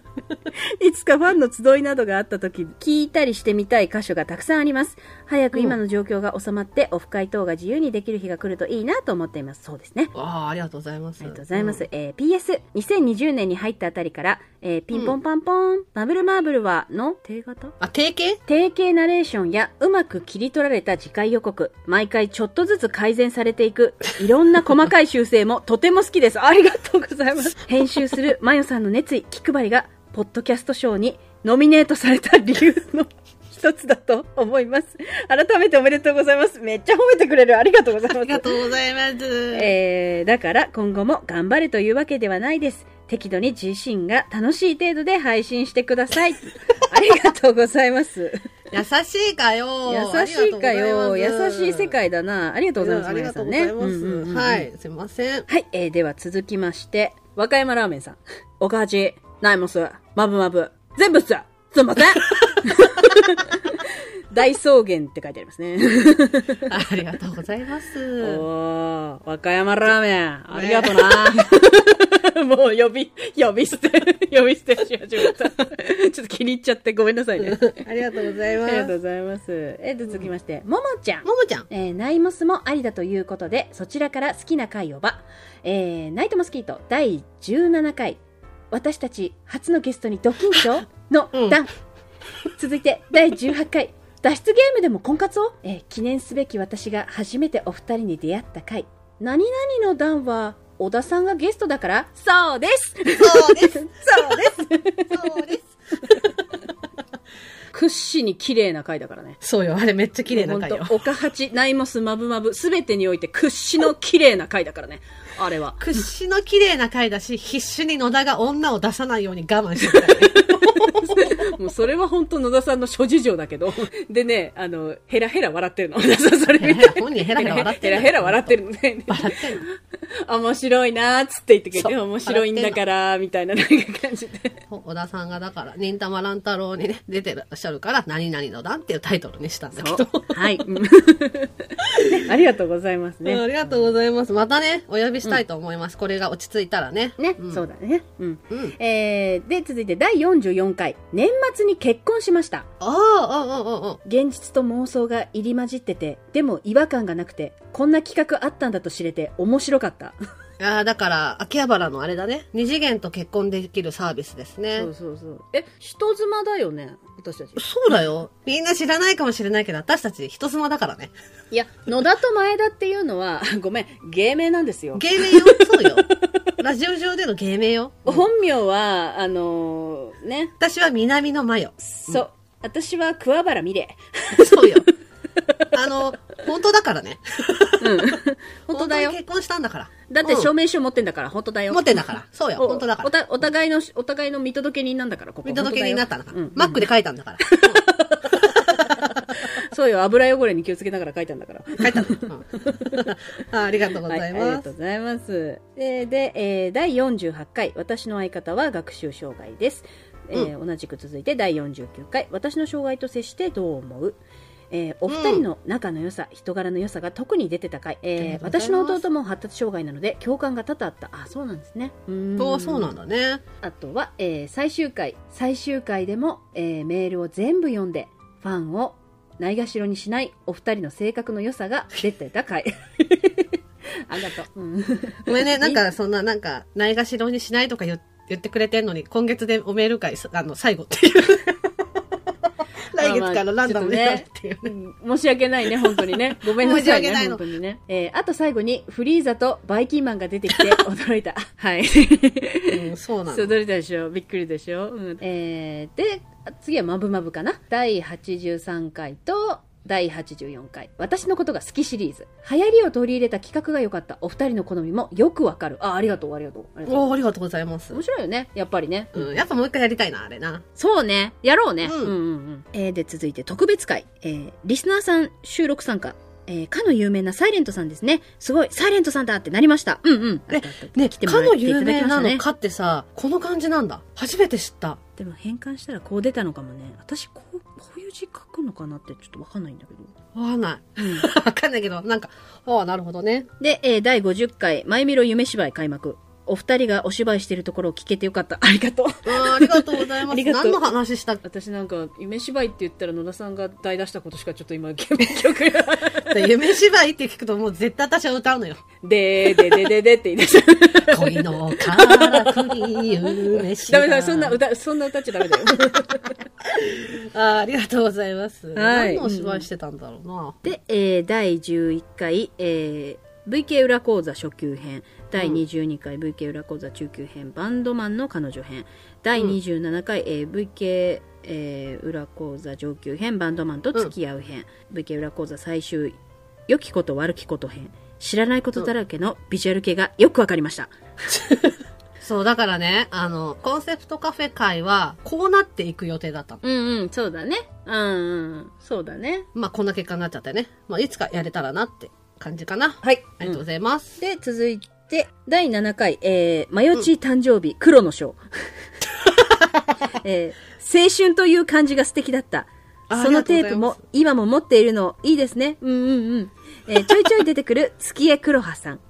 Speaker 2: いつかファンの集いなどがあった時、聞いたりしてみたい箇所がたくさんあります。早く今の状況が収まって、オフ会等が自由にできる日が来るといいなと思っています。そうですね。
Speaker 1: ああありがとうございます
Speaker 2: ありがとうございます。えー PS、2020年に入ったあたりから、えーピンポンパンポーン、バブルマーブルは、の定型
Speaker 1: あ定型
Speaker 2: 定型ナレーションやうまく切り取られた次回予告、毎回ちょっとずつ改善されていく、いろんな細かい修正もとても好きです。ありがとうございます。 [LAUGHS] 編集するまよさんの熱意、気配りが、ポッドキャスト賞にノミネートされた理由の一つだと思います。改めておめでとうございます。めっちゃ褒めてくれる。ありがとうござい
Speaker 1: あ
Speaker 2: ま
Speaker 1: りが
Speaker 2: す。
Speaker 1: とうございます
Speaker 2: えー、だから今後も頑張れというわけではないです。適度に自身が楽しい程度で配信してくださ [LAUGHS] い。ありがとうございます。
Speaker 1: 優しいかよ
Speaker 2: 優しいかよ。
Speaker 1: ありがとうござ
Speaker 2: 優
Speaker 1: ます
Speaker 2: しい世界だな。ありがとうございます。
Speaker 1: うんありがとうござ
Speaker 2: 皆
Speaker 1: い
Speaker 2: さん
Speaker 1: ま
Speaker 2: ねうんうんう
Speaker 1: す
Speaker 2: ん
Speaker 1: はいすいません
Speaker 2: はい、えーでは続きまして、和歌山ラーメンさん。おかはち、ないもす、まぶまぶ、全部っすす
Speaker 1: [LAUGHS]
Speaker 2: んません大草原って書いてありますね。
Speaker 1: ありがとうございます
Speaker 2: [LAUGHS] おー、和歌山ラーメン、ありがと
Speaker 1: [LAUGHS]
Speaker 2: な。もう呼び、呼び捨て、呼び捨てし始
Speaker 1: [LAUGHS]
Speaker 2: めた。ちょっと気に入っちゃってごめんなさいね。
Speaker 1: ありがとうござい
Speaker 2: あ
Speaker 1: ま
Speaker 2: りがとう
Speaker 1: す。
Speaker 2: ございます。えーで続きまして、ももちゃん。
Speaker 1: ももちゃん。
Speaker 2: えーナイモスもありだということで、そちらから好きな回をば、えーナイトモスキート第17回、私たち初のゲストにド緊
Speaker 1: [LAUGHS]
Speaker 2: 張の
Speaker 1: うん
Speaker 2: 段。続いて第18回、脱出ゲームでも婚活を、えー記念すべき私が初めてお二人に出会った回、何々の段は、小田さんがゲストだから、そうです
Speaker 1: そうです。
Speaker 2: そうです
Speaker 1: そうです。
Speaker 2: 屈指に綺麗な回だからね。
Speaker 1: そうよ、あれめっちゃ綺麗な回よ
Speaker 2: ほん。と岡八、ナイモス、マブマブ、すべてにおいて屈指の綺麗な回だからね。あれは。
Speaker 1: 屈指の [LAUGHS] 綺麗な回だし、必死に野田が女を出さないように我慢してたよね。
Speaker 2: [LAUGHS] もうそれは本当野田さんの諸事情だけど。 [LAUGHS] でね、あの、ヘラヘラ笑ってるの。 [LAUGHS] 野田さんそれ見
Speaker 1: ヘ
Speaker 2: て
Speaker 1: ラ。 [LAUGHS] 本人ヘラヘラ笑って
Speaker 2: ヘ
Speaker 1: る
Speaker 2: ラヘラ笑ってるのね。
Speaker 1: 笑ってんの
Speaker 2: [LAUGHS] 面白いなーっつって言ってくれて、
Speaker 1: そう
Speaker 2: 面白いんだから、みたいな [LAUGHS] なんか感じで。
Speaker 1: 小田さんがだから、忍たま乱太郎にね、出てらっしゃるから、何々の段っていうタイトルにしたんだけど。
Speaker 2: はい。 [LAUGHS] ねありがとうございます
Speaker 1: うんあ
Speaker 2: ね。
Speaker 1: りがとうございます。またね、お呼びしたいと思います。これが落ち着いたらね。
Speaker 2: ね、
Speaker 1: うん
Speaker 2: そうだね。うん。
Speaker 1: うん。
Speaker 2: えー、で、続いて第44回。年末に結婚しました。
Speaker 1: ああ、うんうんうんうん。
Speaker 2: 現実と妄想が入り混じってて、でも違和感がなくて、こんな企画あったんだと知れて面白かった。
Speaker 1: ああ、だから、秋葉原のあれだね。二次元と結婚できるサービスですね。そう
Speaker 2: そうそう。え、人妻だよね私たち。
Speaker 1: だよ。みんな知らないかもしれないけど、私たち人妻だからね。
Speaker 2: いや、野田と前田っていうのは、 [LAUGHS] ごめん、芸名なんですよ。
Speaker 1: 芸名よ。そうよ。ラジオ上での芸名よ。
Speaker 2: 本名は、あのーね、
Speaker 1: 私は南のマヨ。
Speaker 2: そう。私は桑原美玲。
Speaker 1: そうよ。あの、本当だからね。
Speaker 2: 本当だよ
Speaker 1: 本。に結婚したんだから。
Speaker 2: だって
Speaker 1: うん
Speaker 2: 証明書持ってんだから、本当だよ。
Speaker 1: 持ってんだから。そうよ。
Speaker 2: [LAUGHS] お
Speaker 1: 本当だか
Speaker 2: お
Speaker 1: ら。
Speaker 2: たお互いの、お互いの見届け人なんだから、ここ。
Speaker 1: 見届けになったんだか。
Speaker 2: のからら。うん
Speaker 1: マックで書いたんだから。
Speaker 2: そうよ、油汚れに気をつけながら書いたんだから。
Speaker 1: 書いたの。うんあありがとうござい
Speaker 2: はい、ありが
Speaker 1: ま
Speaker 2: とう
Speaker 1: す。
Speaker 2: ございます。で、でえー第48回、私の相方は学習障害です。えー同じく続いて第49回、私の障害と接してどう思うえーお二人の仲の良さ、人柄の良さが特に出てた回、えー
Speaker 1: ありがとうございます
Speaker 2: 私の弟も発達障害なので共感が多々あったあそうなんですねうーん
Speaker 1: そうそうなんだね。
Speaker 2: あとは、えー最終回最終回でも、えーメールを全部読んでファンをないがしろにしないお二人の性格の良さが出てた回 [LAUGHS] ありがとう、うん
Speaker 1: ごめんね、なんかそんな、なんか、ないがしろにしないとか言っ言ってくれてんのに、今月でおメール会、すあの、最後って
Speaker 2: [LAUGHS]
Speaker 1: いう。来月からランダムでやるっていうね。
Speaker 2: 申し訳ないね、本当にね。ごめんなさい
Speaker 1: 申し
Speaker 2: ね、
Speaker 1: 訳ないの
Speaker 2: 本当にね。えーあと最後に、フリーザとバイキンマンが出てきて驚いた。はい。
Speaker 1: うん、そうなんだ。
Speaker 2: 驚いたでしょびっくりでしょ、うんえーで、次はマブマブかな。第83回と、第84回。私のことが好きシリーズ。流行りを取り入れた企画が良かった。お二人の好みもよくわかる。あ、ありがとう、ありがとう。ありがとう
Speaker 1: おーありがとうございます
Speaker 2: 面。白いよね、やっぱりね。
Speaker 1: うん、やっぱもう一回やりたいな、あれな。
Speaker 2: そうね。やろうね。
Speaker 1: うん
Speaker 2: えーで、続いて特別会。えーリスナーさん収録参加。えーかの有名なサイレントさんですね。すごい、サイレントさんだってなりました。うんうん。
Speaker 1: え
Speaker 2: あったあった
Speaker 1: ね、
Speaker 2: 来ても
Speaker 1: からの
Speaker 2: 来てい
Speaker 1: 有
Speaker 2: ただ
Speaker 1: 名
Speaker 2: きまし
Speaker 1: な
Speaker 2: た
Speaker 1: の
Speaker 2: ね。
Speaker 1: かってさ、この感じなんだ。初めて知った。
Speaker 2: でも変換したらこう出たのかもね。私、こう、こういう字書くのかなってちょっとわかんないんだけど。
Speaker 1: わかんない。 [LAUGHS] わかんないけど、なんか、ああ、なるほどね。
Speaker 2: [LAUGHS] で、えー第50回、前見ろ夢芝居開幕。お二人がお芝居してるところを聞けてよかった。ありがとう。
Speaker 1: あーありがとうございま
Speaker 2: [LAUGHS] あ
Speaker 1: す。
Speaker 2: りがとう
Speaker 1: 何の話したっ
Speaker 2: [LAUGHS] 私なんか、夢芝居って言ったら野田さんが代打したことしかちょっと今、記憶が。 [LAUGHS]
Speaker 1: け夢芝居って聞くともう絶対私は歌うのよ。
Speaker 2: でーででででって言い出した。
Speaker 1: 恋のからくり夢芝
Speaker 2: [LAUGHS] ダ
Speaker 1: 居。
Speaker 2: メだ、そんな歌、そんな歌っちゃダメだ [LAUGHS] よ。
Speaker 1: あーありがとうございます。
Speaker 2: はい
Speaker 1: 何のお芝居してたんだろうな。
Speaker 2: で、えー第11回、えー VK 裏講座初級編、第22回 VK 裏講座中級編、バンドマンの彼女編、第27回、えー VK、えー裏講座上級編、バンドマンと付き合う編、VK 裏講座最終、良きこと悪きこと編、知らないことだらけのビジュアル系がよくわかりました。
Speaker 1: そう、だからね、あの、コンセプトカフェ会は、こうなっていく予定だったの。
Speaker 2: うんうん、そうだね。うんうん、そうだね。
Speaker 1: まあ、こんな結果になっちゃってね。まあ、いつかやれたらなって感じかな。
Speaker 2: はい。
Speaker 1: ありがとうございます。
Speaker 2: で、続いて、第7回、えー、マヨチー誕生日、黒の章。 [LAUGHS] えー、青春という漢字が素敵だった。
Speaker 1: あ
Speaker 2: そのテープ
Speaker 1: ありが
Speaker 2: も
Speaker 1: とうございます、
Speaker 2: 今も持っているの、いいですね。うんうんうん。え [LAUGHS] ー、ちょいちょい出てくる、月江黒羽さん。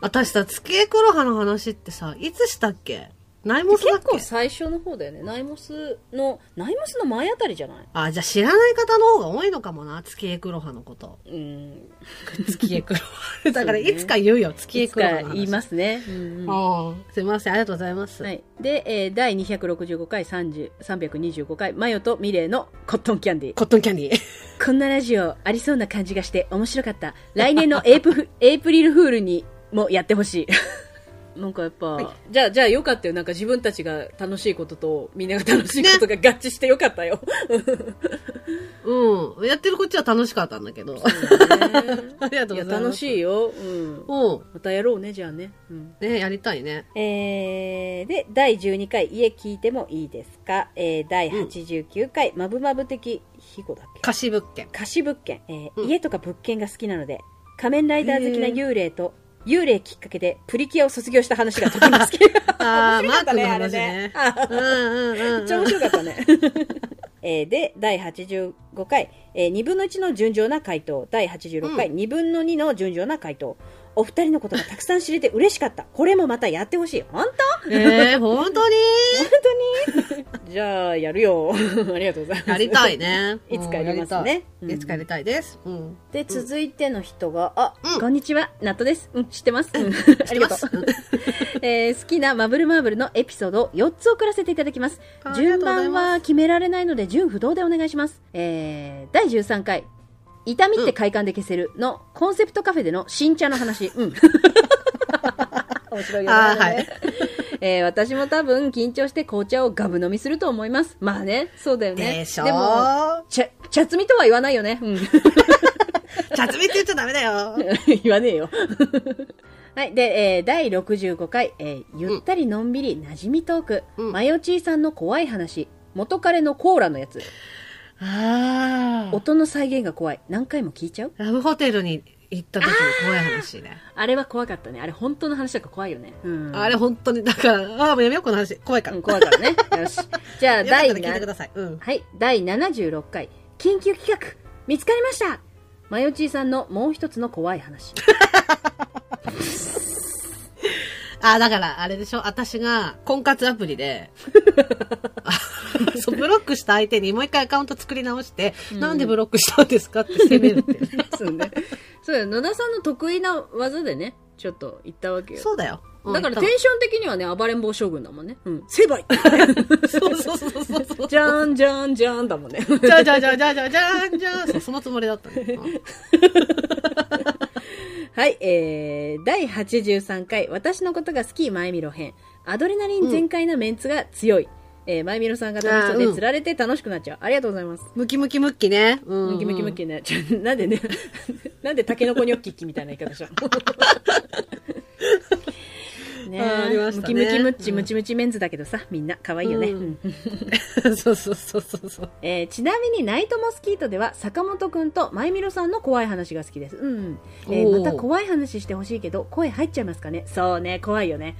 Speaker 1: 私さ、月江黒葉の話ってさ、いつしたっけナイモスだっけ
Speaker 2: 最初の方だよね。ナイモスの、ナイモスの前あたりじゃない
Speaker 1: あ、じゃあ知らない方の方が多いのかもな、月江黒葉のこと。
Speaker 2: うん。
Speaker 1: 月江黒葉。だから
Speaker 2: そうね
Speaker 1: いつか言うよ、月江
Speaker 2: いつ
Speaker 1: 黒葉の
Speaker 2: か
Speaker 1: 話。
Speaker 2: 言いますね。うんうん
Speaker 1: ああすいません、ありがとうございます。
Speaker 2: はい、で、えー、第265回30 325回マヨとミレイのコットンキャンディー
Speaker 1: コットンキャンディー。
Speaker 2: こんなラジオありそうな感じがして面白かった。来年のエイプフエイプリルフールにもやってほしい。 [LAUGHS] なんかやっぱ、
Speaker 1: はい
Speaker 2: じゃあ、じゃあよかったよ。なんか自分たちが楽しいことと、みんなが楽しいことが合致してよかった [LAUGHS] よ。
Speaker 1: うん。やってるこっちは楽しかったんだけど。ありがと
Speaker 2: いう
Speaker 1: ございま
Speaker 2: や、
Speaker 1: す。
Speaker 2: 楽しいよ。うん。
Speaker 1: うん。
Speaker 2: またやろうね、じゃあね。うん。
Speaker 1: ね、やりたいね。
Speaker 2: えーで、第12回、家聞いてもいいですかえー第89回、まぶまぶ的ひごだっけ
Speaker 1: 貸し物
Speaker 2: [LAUGHS]
Speaker 1: 件。
Speaker 2: 貸し物件、えー
Speaker 1: うん
Speaker 2: 家とか物件が好きなので、仮面ライダー好きな幽霊と、幽霊きっかけでプリキュアを卒業した話がとても好
Speaker 1: [LAUGHS]
Speaker 2: き。
Speaker 1: ああ、マ
Speaker 2: かっ
Speaker 1: ー
Speaker 2: た
Speaker 1: ク
Speaker 2: ね
Speaker 1: の話ね。
Speaker 2: あ
Speaker 1: うんうんうん
Speaker 2: れね。
Speaker 1: う
Speaker 2: めっ
Speaker 1: ん。
Speaker 2: [LAUGHS] ちゃ面白かったね。えーで、第85回、え2分の1の純情な回答。第86回、
Speaker 1: う
Speaker 2: 2分の2の純情な回答。お二人のことがたくさん知れて嬉しかった。これもまたやってほしい。本
Speaker 1: えー、本当に
Speaker 2: 当じゃあ、やるよ。 [LAUGHS] ありがとうございます。
Speaker 1: やりたい。ね
Speaker 2: [LAUGHS] 。いつかやりますね。
Speaker 1: うん。やりたいいつかやりたいです。うん。
Speaker 2: で、続いての人が、あ、
Speaker 1: うん
Speaker 2: こんにちは、ナットです。うん、知ってます。うん、 [LAUGHS] ありがとう。えー好きなマブルマーブルのエピソードを4つ送らせていただきます。
Speaker 1: ありがと
Speaker 2: 順
Speaker 1: うございます
Speaker 2: 番は決められないので、順不動でお願いします。えー、第13回。痛みって快感で消せるの、コンセプトカフェでの新茶の話。うん。面白いよね。
Speaker 1: あー
Speaker 2: あ
Speaker 1: [LAUGHS]
Speaker 2: れね
Speaker 1: はい
Speaker 2: えー私も多分緊張して紅茶をガブ飲みすると思います。まあね、そうだよね。
Speaker 1: でしょ
Speaker 2: でも、茶、茶摘みとは言わないよね。うん。
Speaker 1: チャツミって言っちゃダメだよ。
Speaker 2: [LAUGHS] 言わねえよ。はい。で、えー第65回、えーゆったりのんびりなじみトーク。
Speaker 1: うん
Speaker 2: マヨチーさんの怖い話。元彼のコーラのやつ。
Speaker 1: ああ。
Speaker 2: 音の再現が怖い。何回も聞いちゃう
Speaker 1: ラブホテルに行った時の怖い話ね。
Speaker 2: あれは怖かったね。あれ本当の話だから怖いよね。うん。
Speaker 1: あれ本当に、だから、ああ、もうやめようこの話。怖いから。よ
Speaker 2: うん、
Speaker 1: かっ
Speaker 2: 怖いからね。 [LAUGHS] よし。じゃ
Speaker 1: た
Speaker 2: あ、第
Speaker 1: ら聞いてく
Speaker 2: 7
Speaker 1: ださい。うん。
Speaker 2: はい、第76回緊急企画見つかりましたマヨチーさんのもう一つの怖い話
Speaker 1: あ、だから、あれでしょ私が、婚活アプリで、あそうブロックした相手にもう一回アカウント作り直して、
Speaker 2: うん
Speaker 1: なんでブロックしたんですかって責めるっていうね、
Speaker 2: [LAUGHS] そうねそうよ野田さんの得意な技でねちょっと言ったわけよ
Speaker 1: そうだよ。うん
Speaker 2: だから
Speaker 1: 多
Speaker 2: テ
Speaker 1: 分
Speaker 2: ンション的にはね暴れん坊将軍だもんねうん成 [LAUGHS] 敗
Speaker 1: そうそうそうそうそう。
Speaker 2: じゃーんじゃーんじゃーんだもんね [LAUGHS]
Speaker 1: じゃあじゃあじゃあじゃあじゃあじゃあじゃあそうそのつもりだったね。うん
Speaker 2: はいえー、第83回私のことが好き前見ろ編アドレナリン全開なメンツが強い、えー前見ろさんが楽しそ
Speaker 1: あ
Speaker 2: う
Speaker 1: ー
Speaker 2: で
Speaker 1: うん
Speaker 2: 釣られて楽しくなっちゃう、ありがとうございます
Speaker 1: ムキムキムッキね。うんうん
Speaker 2: ムキムキムキね。 [LAUGHS] ちょなんでね、なんでタケノコニョッキッキみたいな言い方した
Speaker 1: [LAUGHS]
Speaker 2: のね
Speaker 1: あーありま
Speaker 2: ム
Speaker 1: した
Speaker 2: キ
Speaker 1: ね
Speaker 2: ムキムッチムチムチメンズだけどさ、みんな可愛いよね。
Speaker 1: うん
Speaker 2: うん
Speaker 1: そうそうそうそうそう。
Speaker 2: えーちなみにナイトモスキートでは坂本くんとまゆみろさんの怖い話が好きです。うんうん。えー
Speaker 1: おー
Speaker 2: また怖い話してほしいけど、声入っちゃいますかねそうね、怖い
Speaker 1: [LAUGHS]
Speaker 2: よね。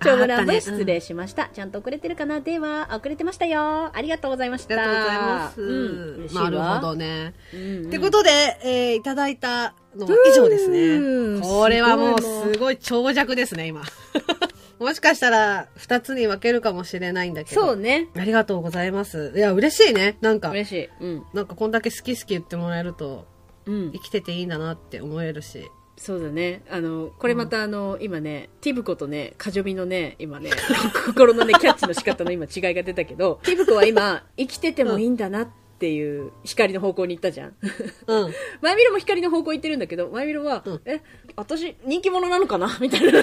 Speaker 2: 長村
Speaker 1: あ
Speaker 2: 部
Speaker 1: あったねうん
Speaker 2: 失礼しました、ちゃんと遅れてるかなでは、遅れてましたよ。ありがとうございまし
Speaker 1: あり
Speaker 2: た。
Speaker 1: がとうございます。
Speaker 2: うん、嬉しいわ。
Speaker 1: なるほどね。
Speaker 2: うんうん
Speaker 1: ってことで、えーいただいたのは以上です
Speaker 2: う
Speaker 1: ね。
Speaker 2: ん
Speaker 1: これはもう
Speaker 2: すごいな
Speaker 1: すごい長尺ですね、今。 [LAUGHS] もしかしたら2つに分けるかもしれないんだけど。
Speaker 2: そうね。
Speaker 1: ありがとうございます。いや、嬉しいね。なんか、
Speaker 2: 嬉しい。うん。
Speaker 1: なんかこんだけ好き好き言ってもらえると、
Speaker 2: うん
Speaker 1: 生。きてていいんだなって思えるし。
Speaker 2: そうだね。あの、これまたあの、今ね、ティブコとね、カジョビのね、今ね、 [LAUGHS] 心のね、キャッチの仕方の今違いが出たけど、ティブコは今、生きててもいいんだなっていう光の方向に行ったじゃん。 [LAUGHS]
Speaker 1: うん。
Speaker 2: 前見ろも光の方向行ってるんだけど、前見ろは、
Speaker 1: うん
Speaker 2: え、私、人気者なのかなみた [LAUGHS] いな。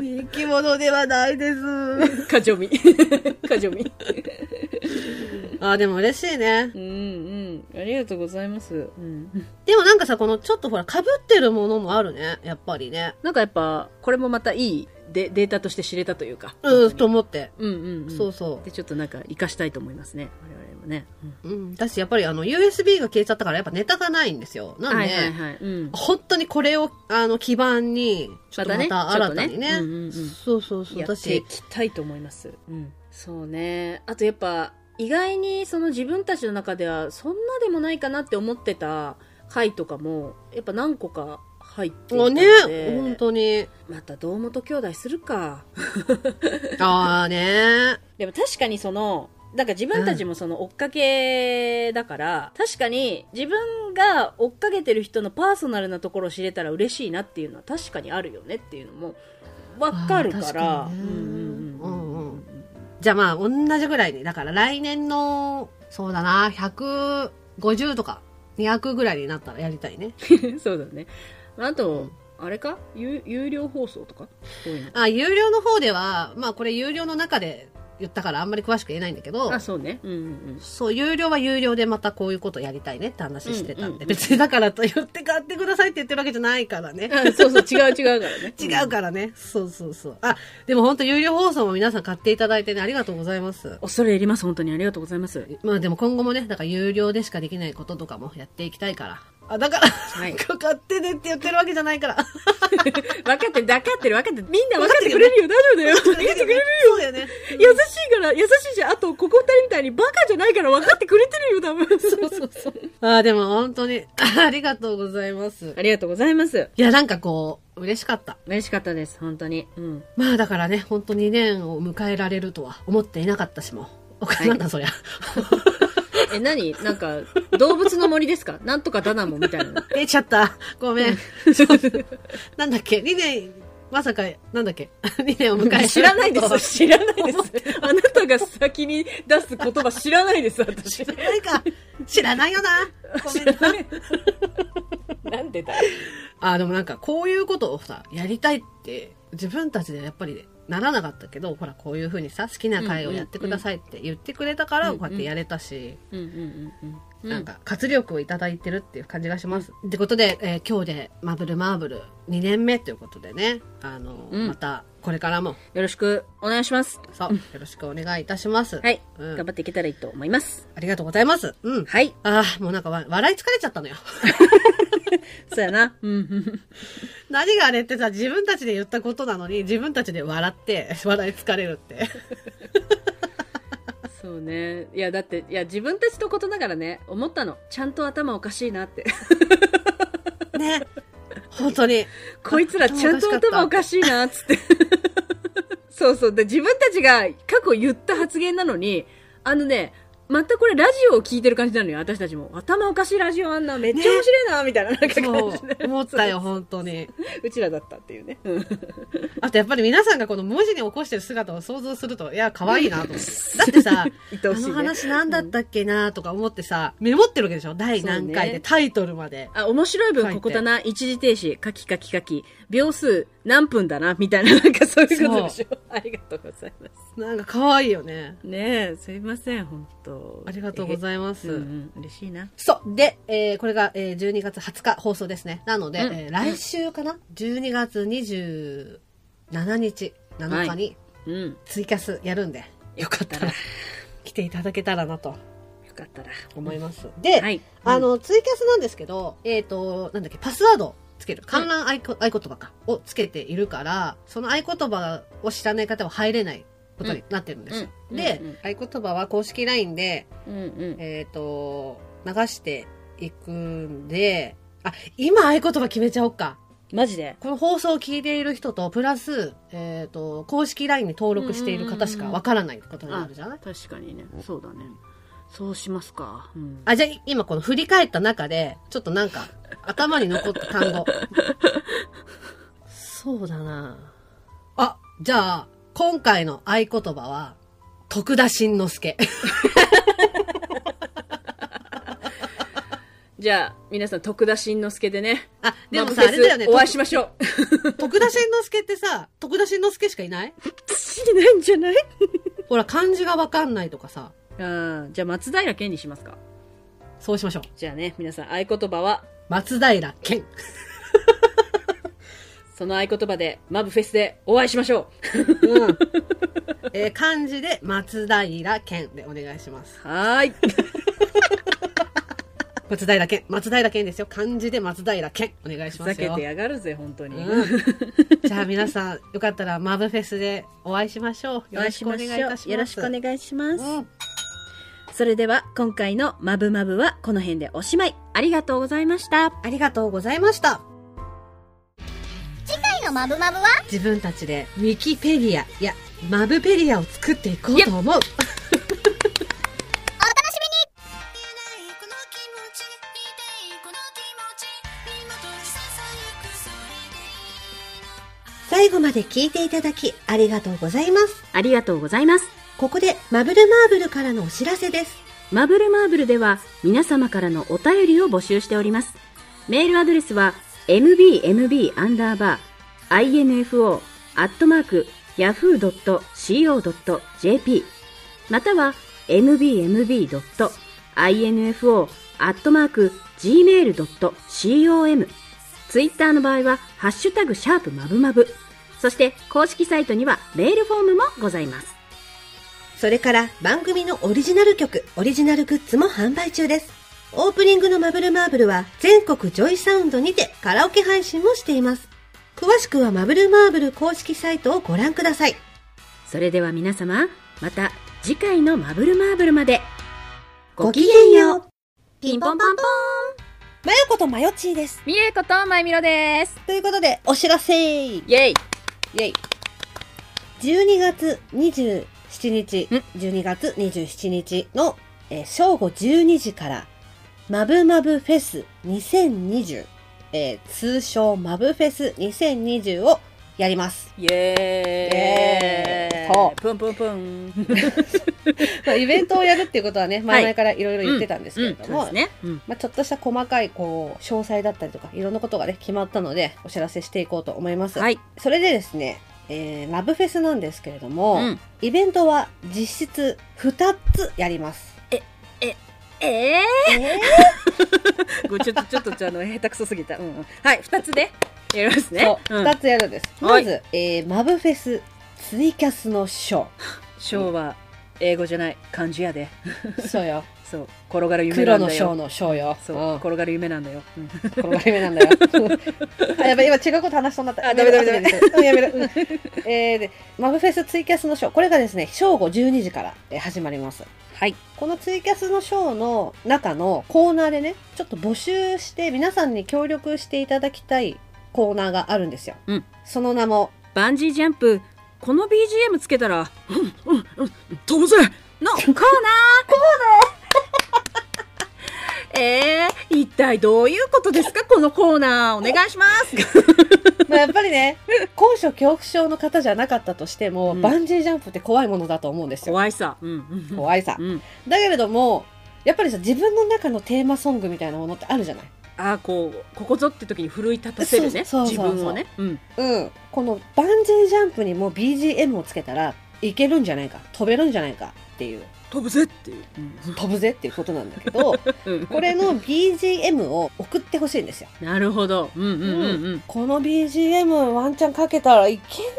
Speaker 1: 人気者ではないです。
Speaker 2: カジョビ。 [LAUGHS] カジョビ。
Speaker 1: [LAUGHS] あ、でも嬉しいね
Speaker 2: う。んうん。ありがとうございます。うん。
Speaker 1: でもなんかさ、このちょっとほら、被ってるものもあるね。やっぱりね。
Speaker 2: なんかやっぱ、これもまたいいデデータとして知れたというか。
Speaker 1: うん、と思って。
Speaker 2: うんうん、うん。
Speaker 1: そうそ
Speaker 2: でちょっとなんか生かしたいと思いますね我々もね、うん
Speaker 1: う。うん。だし、やっぱりあの、USB が消えちゃったから、やっぱネタがないんですよ。なんで、
Speaker 2: はいはいはい、うん、
Speaker 1: 本当にこれを、あの、基盤に、ちょっとま
Speaker 2: ま
Speaker 1: た
Speaker 2: たね
Speaker 1: 新たにね。
Speaker 2: ちょっとねうんうんうん
Speaker 1: そうそうそう。
Speaker 2: やって
Speaker 1: 私、
Speaker 2: いきたいと思います、うん、そうねあとやっぱ意外にその自分たちの中ではそんなでもないかなって思ってた回とかもやっぱ何個か入ってい
Speaker 1: も
Speaker 2: た
Speaker 1: う
Speaker 2: の
Speaker 1: ね、
Speaker 2: で、
Speaker 1: 本当に。
Speaker 2: また堂本兄弟するか
Speaker 1: ああね。
Speaker 2: でも確かにその、なんか自分たちもその追っかけだから、確かに自分が追っかけてる人のパーソナルなところを知れたら嬉しいなっていうのは確かにあるよねっていうのもわかるから。
Speaker 1: あー確かにね
Speaker 2: うんうんう
Speaker 1: う
Speaker 2: ん
Speaker 1: んうんじゃあまあ、同じぐらいに。だから来年の、そうだな、150とか、200ぐらいになったらやりたいね。
Speaker 2: そうだね。あと、あれか有有料放送とかこういうの。
Speaker 1: あ、有料の方では、まあこれ有料の中で言ったからあんまり詳しく言えないんだけど、
Speaker 2: あ、そうね。うんうんうん。
Speaker 1: そう、有料は有料でまたこういうことやりたいねって話してたんで、
Speaker 2: うんうんうん
Speaker 1: 別にだからと言って買ってくださいって言ってるわけじゃないからね。。
Speaker 2: あそうそう、違う [LAUGHS] 違うからね
Speaker 1: 違うからね。そうそうそう。あ、でも本当有料放送も皆さん買っていただいてね、ありがとうございます。
Speaker 2: 恐れ入ります。本当にありがとうござい [LAUGHS] ます。
Speaker 1: まあでも今後もね、だから有料でしかできないこととかもやっていきたいから。あ、だから、
Speaker 2: い
Speaker 1: 買ってねって言ってるわけじゃないから。
Speaker 2: 分かってる、分かってる、分かってる。みんな分かってくれるよ。大丈夫だよ。 [LAUGHS] 分かってくれるよ。
Speaker 1: そうだよね。
Speaker 2: 優しいから、優しいじゃん。あと、ここ二人みたいにバカじゃないから分かってくれてるよ、多分。
Speaker 1: そうそうそう。あーでも本当に、ありがとうございます。
Speaker 2: ありがとうございます。
Speaker 1: いや、なんかこう、嬉しかった。
Speaker 2: 嬉しかったです、本当に。うん。
Speaker 1: まあだからね、本当2年を迎えられるとは思っていなかったしも。おか
Speaker 2: い
Speaker 1: なんだそりゃ。 [LAUGHS]
Speaker 2: え、何なんか、動物の森ですかなんとかダナモみたいな。
Speaker 1: 出ちゃった。ごめん。なんだっけ ?2 年、まさか、なんだっけ [LAUGHS] ?2 年を迎え
Speaker 2: 知らないです。知らないです。あなたが先に出す言葉知らないです、
Speaker 1: 知
Speaker 2: 私。
Speaker 1: らないか。知らないよな。ごめんな。
Speaker 2: なんでだよ。
Speaker 1: あー、でもなんかこういうことをさ、やりたいって、自分たちでやっぱりね、ならなかったけど、ほら、こういうふうにさ、好きな会をやってくださいって言ってくれたから、
Speaker 2: うんう
Speaker 1: こ
Speaker 2: ん
Speaker 1: うやってやれたし、
Speaker 2: うんうんうんうん。
Speaker 1: なんか活力をいただいてるっていう感じがします。ってことで、えー今日でマブルマーブル2年目ということでね、あの、
Speaker 2: うん
Speaker 1: またこれからも、
Speaker 2: よろしくお願いします。
Speaker 1: そう、よろしくお願いいたします。
Speaker 2: はい。
Speaker 1: うん
Speaker 2: 頑張っていけたらいいと思います。
Speaker 1: ありがとうございます。うん。
Speaker 2: はい。
Speaker 1: ああ、もうなんかわ笑い疲れちゃったのよ。 [LAUGHS]
Speaker 2: そうやな。うん。
Speaker 1: 何があれってさ、自分たちで言ったことなのに、自分たちで笑って、笑い疲れる [LAUGHS] って。
Speaker 2: そうね。いや、だって、いや、自分たちのことだからね、思ったの。ちゃんと頭おかしいなって。
Speaker 1: ね。本当に。
Speaker 2: こいつらちゃんと頭おかしいな、つ [LAUGHS] って。そうそう。で、自分たちが過去言った発言なのに、あのね、またこれラジオを聞いてる感じなのよ、私たちも。頭おかしいラジオあんな、めっちゃ面白いな、みたいななんか
Speaker 1: そ
Speaker 2: 感じ
Speaker 1: [LAUGHS] う、
Speaker 2: で。
Speaker 1: 思ったよ、本当に。
Speaker 2: うちら [LAUGHS] だったっていうね。うん
Speaker 1: あとやっぱり皆さんがこの文字に起こしてる姿を想像すると、いや、可愛いなと思って。だってさ、
Speaker 2: 愛おしいね
Speaker 1: あの話何だったっけなとか思ってさ、メモってるわけでしょ第何回
Speaker 2: そ
Speaker 1: で、
Speaker 2: うね
Speaker 1: タイトルまで。
Speaker 2: あ、面白い文ここだな、一時停止、カキカキカキ、秒数何分だな、みたいな、なんかそういうことでしょ。 [LAUGHS] ありがとうございます。
Speaker 1: なんか可愛いよね。
Speaker 2: ねえ、すいません、本当
Speaker 1: ありがとうございます。
Speaker 2: うんうん、嬉しいな。
Speaker 1: そう。で、えーこれが、えー12月20日放送ですね。なので、
Speaker 2: うん
Speaker 1: えー来週かな ?12 月27日、7日に
Speaker 2: うん。
Speaker 1: ツイキャスやるんで、よかったら来ていただけたらなと
Speaker 2: よかったら。
Speaker 1: 思います。で、
Speaker 2: はい。
Speaker 1: あ、の、ツイキャスなんですけど、えっ、と、なんだっけ、パスワードをつける。観覧合いこ合言葉か。をつけているから、その合言葉を知らない方は入れないことになってるんですよ。
Speaker 2: うん
Speaker 1: で、
Speaker 2: うん
Speaker 1: 合言葉は公式 LINE で、
Speaker 2: うんうん。
Speaker 1: えっ、と、流していくんで、あ、今合言葉決めちゃおうか。
Speaker 2: マジで
Speaker 1: この放送を聞いている人と、プラス、えっ、と、公式 LINE に登録している方しかわからないことになるじゃない
Speaker 2: 確かにね。そうだね。そうしますか。うん。
Speaker 1: あ、じゃあ今この振り返った中で、ちょっとなんか、頭に残った単
Speaker 2: [LAUGHS]
Speaker 1: 語。そうだなあ、じゃあ、今回の合言葉は、徳田新之助。
Speaker 2: じゃあ、皆さん、徳田新之助でね。
Speaker 1: あ、でも
Speaker 2: マ
Speaker 1: さ、
Speaker 2: ブ
Speaker 1: あ
Speaker 2: フェス
Speaker 1: れだよね。
Speaker 2: お会いしましょう。
Speaker 1: 徳田新之助ってさ、徳田新之助しかいない
Speaker 2: しないんじゃない
Speaker 1: ほら、漢字がわかんないとかさ、
Speaker 2: ああ、じゃあ、松平健にしますか。
Speaker 1: そうしましょう。
Speaker 2: じゃあね、皆さん、合言葉は、
Speaker 1: 松平健。
Speaker 2: その合言葉で、マブフェスでお会いしましょ
Speaker 1: うん。えー漢字で松平健でお願いします。
Speaker 2: う。はーい。
Speaker 1: 松平健。松平健ですよ。漢字で松平健。お願いし
Speaker 2: ふ
Speaker 1: ますよ。
Speaker 2: ざけてやがるぜ、本当に。
Speaker 1: じゃあ皆さん、よかったらマブフェスでお会いしましょう。よろしくお願いいたします。
Speaker 2: よろしくお願いします。
Speaker 1: うん
Speaker 2: それでは、今回のマブマブはこの辺でおしまい。ありがとうございました。
Speaker 1: ありがとうございました。
Speaker 3: 次回のマブマブは
Speaker 1: 自分たちでウィキペディアいやマブペディアを作っていこうと思う。
Speaker 3: お楽し
Speaker 4: この気
Speaker 3: みに
Speaker 4: 持ち見ていいこの気持ち今閉じささゆくそれでいい
Speaker 5: 最後まで聞いていただきありがとうございます。
Speaker 2: ありがとうございます。
Speaker 5: ここでマブルマーブルからのお知らせです。
Speaker 2: マブルマーブルでは皆様からのお便りを募集しております。メールアドレスは mbmb アンダーバー info アットマーク yahoo.co.jp または mbmb.info アットマーク gmail.com ツイッターの場合はハッシュタグシャープまぶまぶそして公式サイトにはメールフォームもございます
Speaker 1: それから番組のオリジナル曲、オリジナルグッズも販売中です。オープニングのマブルマーブルは全国ジョイサウンドにてカラオケ配信もしています。詳しくはマブルマーブル公式サイトをご覧ください。
Speaker 2: それでは皆様また次回のマブルマーブルまで
Speaker 1: ごきげんよう。
Speaker 2: ピンポンパンポン
Speaker 1: まゆことまよちーです。
Speaker 2: みえことまいみろです
Speaker 1: ということで、お知らせイ
Speaker 2: イェイ
Speaker 1: 12月27日
Speaker 2: ん、
Speaker 1: 12月27日の、えー正午12時から、マブマブフェス2020、えー通称マブフェス2020をやります。
Speaker 2: イエ
Speaker 1: イエーイそう
Speaker 2: プンプンプン
Speaker 1: まあ、イベントをやるっていうことはね、前々からいろいろ言ってたんですけれども、
Speaker 2: [LAUGHS] うんそうですね、うん
Speaker 1: まあ、ちょっとした細かい、こう、詳細だったりとか、いろんなことがね、決まったので、お知らせしていこうと思います。
Speaker 2: はい、
Speaker 1: それでですね、えーマブフェスなんですけれども、
Speaker 2: うん
Speaker 1: イベントは実質2つやります。
Speaker 2: え
Speaker 1: え
Speaker 2: ー、 [LAUGHS] ごちょっとちょっとちょっとあの下手くそすぎた、うんうん、はい二つでやります
Speaker 1: ー、
Speaker 2: ね
Speaker 1: そうう、
Speaker 2: ん
Speaker 1: 2つやるんです。
Speaker 2: は
Speaker 1: ま
Speaker 2: い
Speaker 1: ず、えーマブフェスツイキャスのショ
Speaker 2: 昭和英語じゃない漢字やで
Speaker 1: ー。そうよ。
Speaker 2: そう転がる
Speaker 1: [LAUGHS]
Speaker 2: 夢な
Speaker 1: 黒
Speaker 2: ん
Speaker 1: の
Speaker 2: だ
Speaker 1: ショー
Speaker 2: よ
Speaker 1: のショーよ。
Speaker 2: そう転がる夢なんだよ、うん
Speaker 1: この目なんだよ。 [LAUGHS] あ、やばい、今違うこと話しそうになった。
Speaker 2: あダメダメダメ
Speaker 1: メ。うんやめろ。うんえーで、マブフェスツイキャスのショー。これがですね、正午12時からえー始まります。
Speaker 2: [LAUGHS] はい
Speaker 1: このツイキャスのショーの中のコーナーでね、ちょっと募集して皆さんに協力していただきたいコーナーがあるんですよ。
Speaker 2: うん
Speaker 1: その名も、
Speaker 2: バンジージャンプこの BGM つけたらうんうんうん飛ぶぜのコーナー [LAUGHS] コーナーえー、一体どういうことですかこのコーナーお願いします
Speaker 1: まあ、やっぱりね、高所恐怖症の方じゃなかったとしても、
Speaker 2: うん
Speaker 1: バンジージャンプって怖いものだと思うんですよ。
Speaker 2: 怖いさうん
Speaker 1: 怖いさ。
Speaker 2: うんうん
Speaker 1: だけれども、やっぱりさ、自分の中のテーマソングみたいなものってあるじゃない
Speaker 2: ああこうここぞって時に奮い立たせるね
Speaker 1: そうそうそうそう
Speaker 2: 自分をねうん
Speaker 1: うん、このバンジージャンプにも BGM をつけたらいけるんじゃないか飛べるんじゃないかっていう
Speaker 2: 飛ぶぜっていう、うん
Speaker 1: 飛ぶぜっていうことなんだけ [LAUGHS] ど
Speaker 2: うん
Speaker 1: これの BGM を送ってほしいんですよ
Speaker 2: なるほどうんうんうんうん
Speaker 1: この BGM ワンチャンかけたらいけんじゃね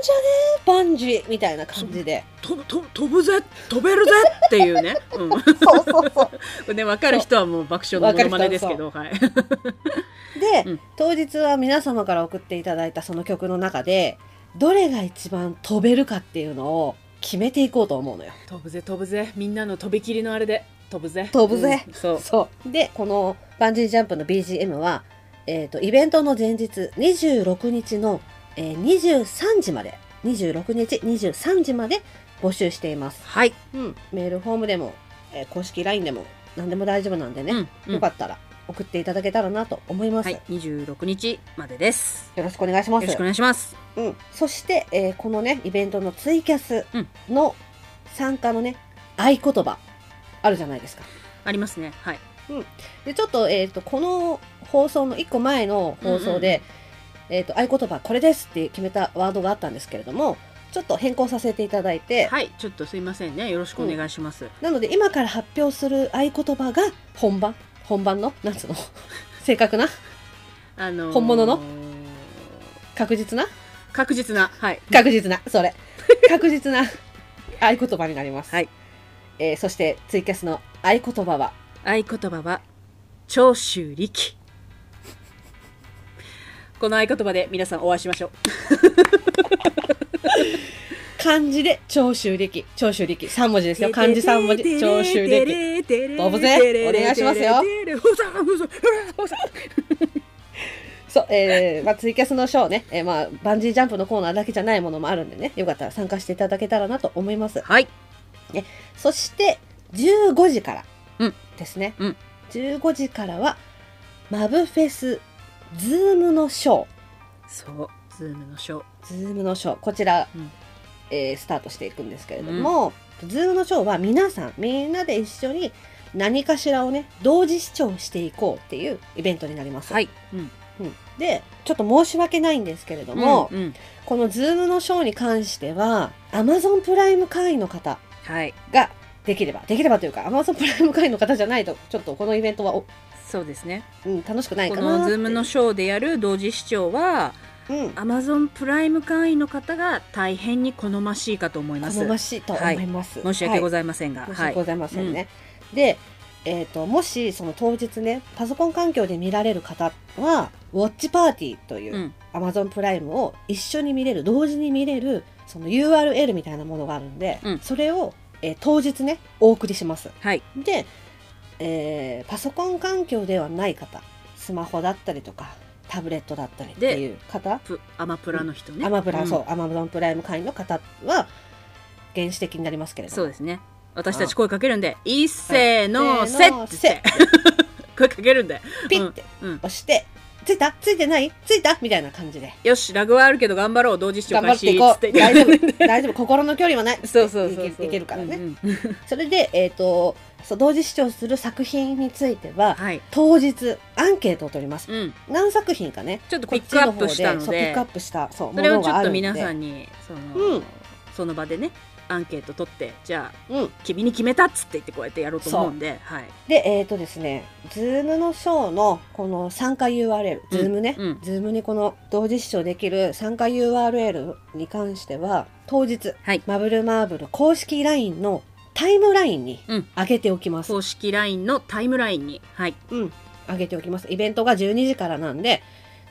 Speaker 1: えバンジーみたいな感じで
Speaker 2: 飛ぶ飛ぶ飛ぶぜ飛べるぜっていうね、うん、こ
Speaker 1: そうそうそ
Speaker 2: れ [LAUGHS] ね分かる人はもう爆笑のモノマネですけどはいう
Speaker 1: で、
Speaker 2: うん
Speaker 1: 当日は皆様から送っていただいたその曲の中でどれが一番飛べるかっていうのを決めていこうと思うのよ
Speaker 2: 飛ぶぜ飛ぶぜみんなの飛び切りのあれで飛ぶぜ
Speaker 1: 飛ぶぜ
Speaker 2: うんそう
Speaker 1: そう。で、このバンジージャンプの BGM は、えっ、と、イベントの前日、26日の、えー23時まで、26日23時まで募集しています。
Speaker 2: はい、
Speaker 1: うん。メールフォームでも、えー公式 LINE でも、何でも大丈夫なんでね、
Speaker 2: うんうん
Speaker 1: よかったら送っていただけたらなと思います。
Speaker 2: はい、26日までです
Speaker 1: よろしくお願いしま
Speaker 2: よ
Speaker 1: す。
Speaker 2: ろしくお願いします
Speaker 1: うん。そして、えーこのね、イベントのツイキャスの参加のね、合言葉、あるじゃないですか。
Speaker 2: ありますねはい
Speaker 1: でちょっと,、えー、とこの放送の1個前の放送で、えー、と合言葉これですって決めたワードがあったんですけれどもちょっと変更させていただいて、
Speaker 2: はいちょっとすいませんねよろしくお願いします、
Speaker 1: なので今から発表する合言葉が本番本番のなんつうの [LAUGHS] 正確な
Speaker 2: あのー
Speaker 1: 本物の確実な
Speaker 2: 確実なはい
Speaker 1: 確実な
Speaker 2: [LAUGHS]
Speaker 1: それ確実な合言葉になります、
Speaker 2: はい
Speaker 1: えーそしてツイキャスの合言葉は
Speaker 2: 合言葉は長州力この合言葉で皆さんお会いしましょう
Speaker 1: 漢字で長州力長州力3文字ですよ漢字3文字長州力飛ぶぜお願いしますよ
Speaker 2: ふざふざふざ
Speaker 1: そう、えー、まあ、ツイキャスのショーね、えー、まあ、バンジージャンプのコーナーだけじゃないものもあるんでね、よかったら参加していただけたらなと思います。
Speaker 2: はい
Speaker 1: そして、15時から
Speaker 2: うん
Speaker 1: ですね。
Speaker 2: うん
Speaker 1: 15時からは、マブフェス、ズームのショー、
Speaker 2: そうズームのショー
Speaker 1: ズームのショー、こちら、
Speaker 2: うん
Speaker 1: えースタートしていくんですけれども、ズームのショーは皆さん、みんなで一緒に何かしらをね、同時視聴していこうっていうイベントになります。
Speaker 2: はい、うん、
Speaker 1: でちょっと申し訳ないんですけれども、
Speaker 2: うんうん
Speaker 1: この Zoom のショーに関しては Amazon プライム会員の方
Speaker 2: はい
Speaker 1: ができればできればというか Amazon プライム会員の方じゃないとちょっとこのイベントはお、
Speaker 2: そうですね
Speaker 1: うん、楽しくない
Speaker 2: こ
Speaker 1: かな
Speaker 2: の
Speaker 1: って
Speaker 2: ズームのショーでやる同時視聴は
Speaker 1: うん、
Speaker 2: Amazon プライム会員の方が大変に好ましいかと思います
Speaker 1: 好ましいと思います、
Speaker 2: 申し訳ご
Speaker 1: ざい
Speaker 2: ざいませんが、
Speaker 1: 申し訳
Speaker 2: は
Speaker 1: ございませんね、でえー、ともしその当日ねパソコン環境で見られる方はウォッチパーティーという
Speaker 2: うん
Speaker 1: Amazon プライムを一緒に見れる同時に見れるその URL みたいなものがあるんで、
Speaker 2: うん
Speaker 1: それを、えー当日ねお送りします
Speaker 2: はい
Speaker 1: で、えーパソコン環境ではない方スマホだったりとかタブレットだったりっていう方
Speaker 2: プアマプラの人ね、
Speaker 1: アマプラ、
Speaker 2: うん
Speaker 1: そうアマゾンプライム会員の方は原始的になりますけれども
Speaker 2: そうですね私たち声かけるんで「いっせーの
Speaker 1: せ
Speaker 2: せ
Speaker 1: ーの
Speaker 2: っ」って [LAUGHS] 声かけるんで
Speaker 1: ピッて
Speaker 2: うんうん
Speaker 1: 押して、ついたついてないついたみたいな感じで
Speaker 2: よしラグはあるけど頑張ろう同時視聴
Speaker 1: 頑張
Speaker 2: 開
Speaker 1: って
Speaker 2: 始
Speaker 1: いこ
Speaker 2: つっ
Speaker 1: う
Speaker 2: て
Speaker 1: 大丈夫大丈夫心の距離はない
Speaker 2: [LAUGHS] そうそうそう
Speaker 1: いけいけるからね、
Speaker 2: うんうん
Speaker 1: それで、えー、とそう同時視聴する作品については
Speaker 2: はい、
Speaker 1: 当日アンケートを取ります
Speaker 2: うん、
Speaker 1: 何作品かね
Speaker 2: ちょっと
Speaker 1: こ
Speaker 2: ピ
Speaker 1: っ
Speaker 2: ッ
Speaker 1: ち
Speaker 2: クア
Speaker 1: の
Speaker 2: ッ
Speaker 1: 方
Speaker 2: プ
Speaker 1: で
Speaker 2: したの
Speaker 1: そうピッ
Speaker 2: で
Speaker 1: クアップしたそう
Speaker 2: それを
Speaker 1: もの
Speaker 2: ちょ
Speaker 1: があ
Speaker 2: っ
Speaker 1: る
Speaker 2: と
Speaker 1: んで
Speaker 2: 皆さんにその,、
Speaker 1: うん
Speaker 2: その場でねアンケート取ってじゃあ
Speaker 1: うん
Speaker 2: 君に決めたっつって言ってこうやってやろうと思うんではい
Speaker 1: でえっ、とですねズームのショーのこの参加 URL ズームね、
Speaker 2: うん
Speaker 1: ズームにこの同時視聴できる参加 URL に関しては当日、
Speaker 2: はい
Speaker 1: マブルマーブル公式 LINE のタイムラインに
Speaker 2: うん
Speaker 1: 上げておきます、
Speaker 2: 公式 LINE のタイムラインにはい
Speaker 1: うん、上げておきますイベントが12時からなんで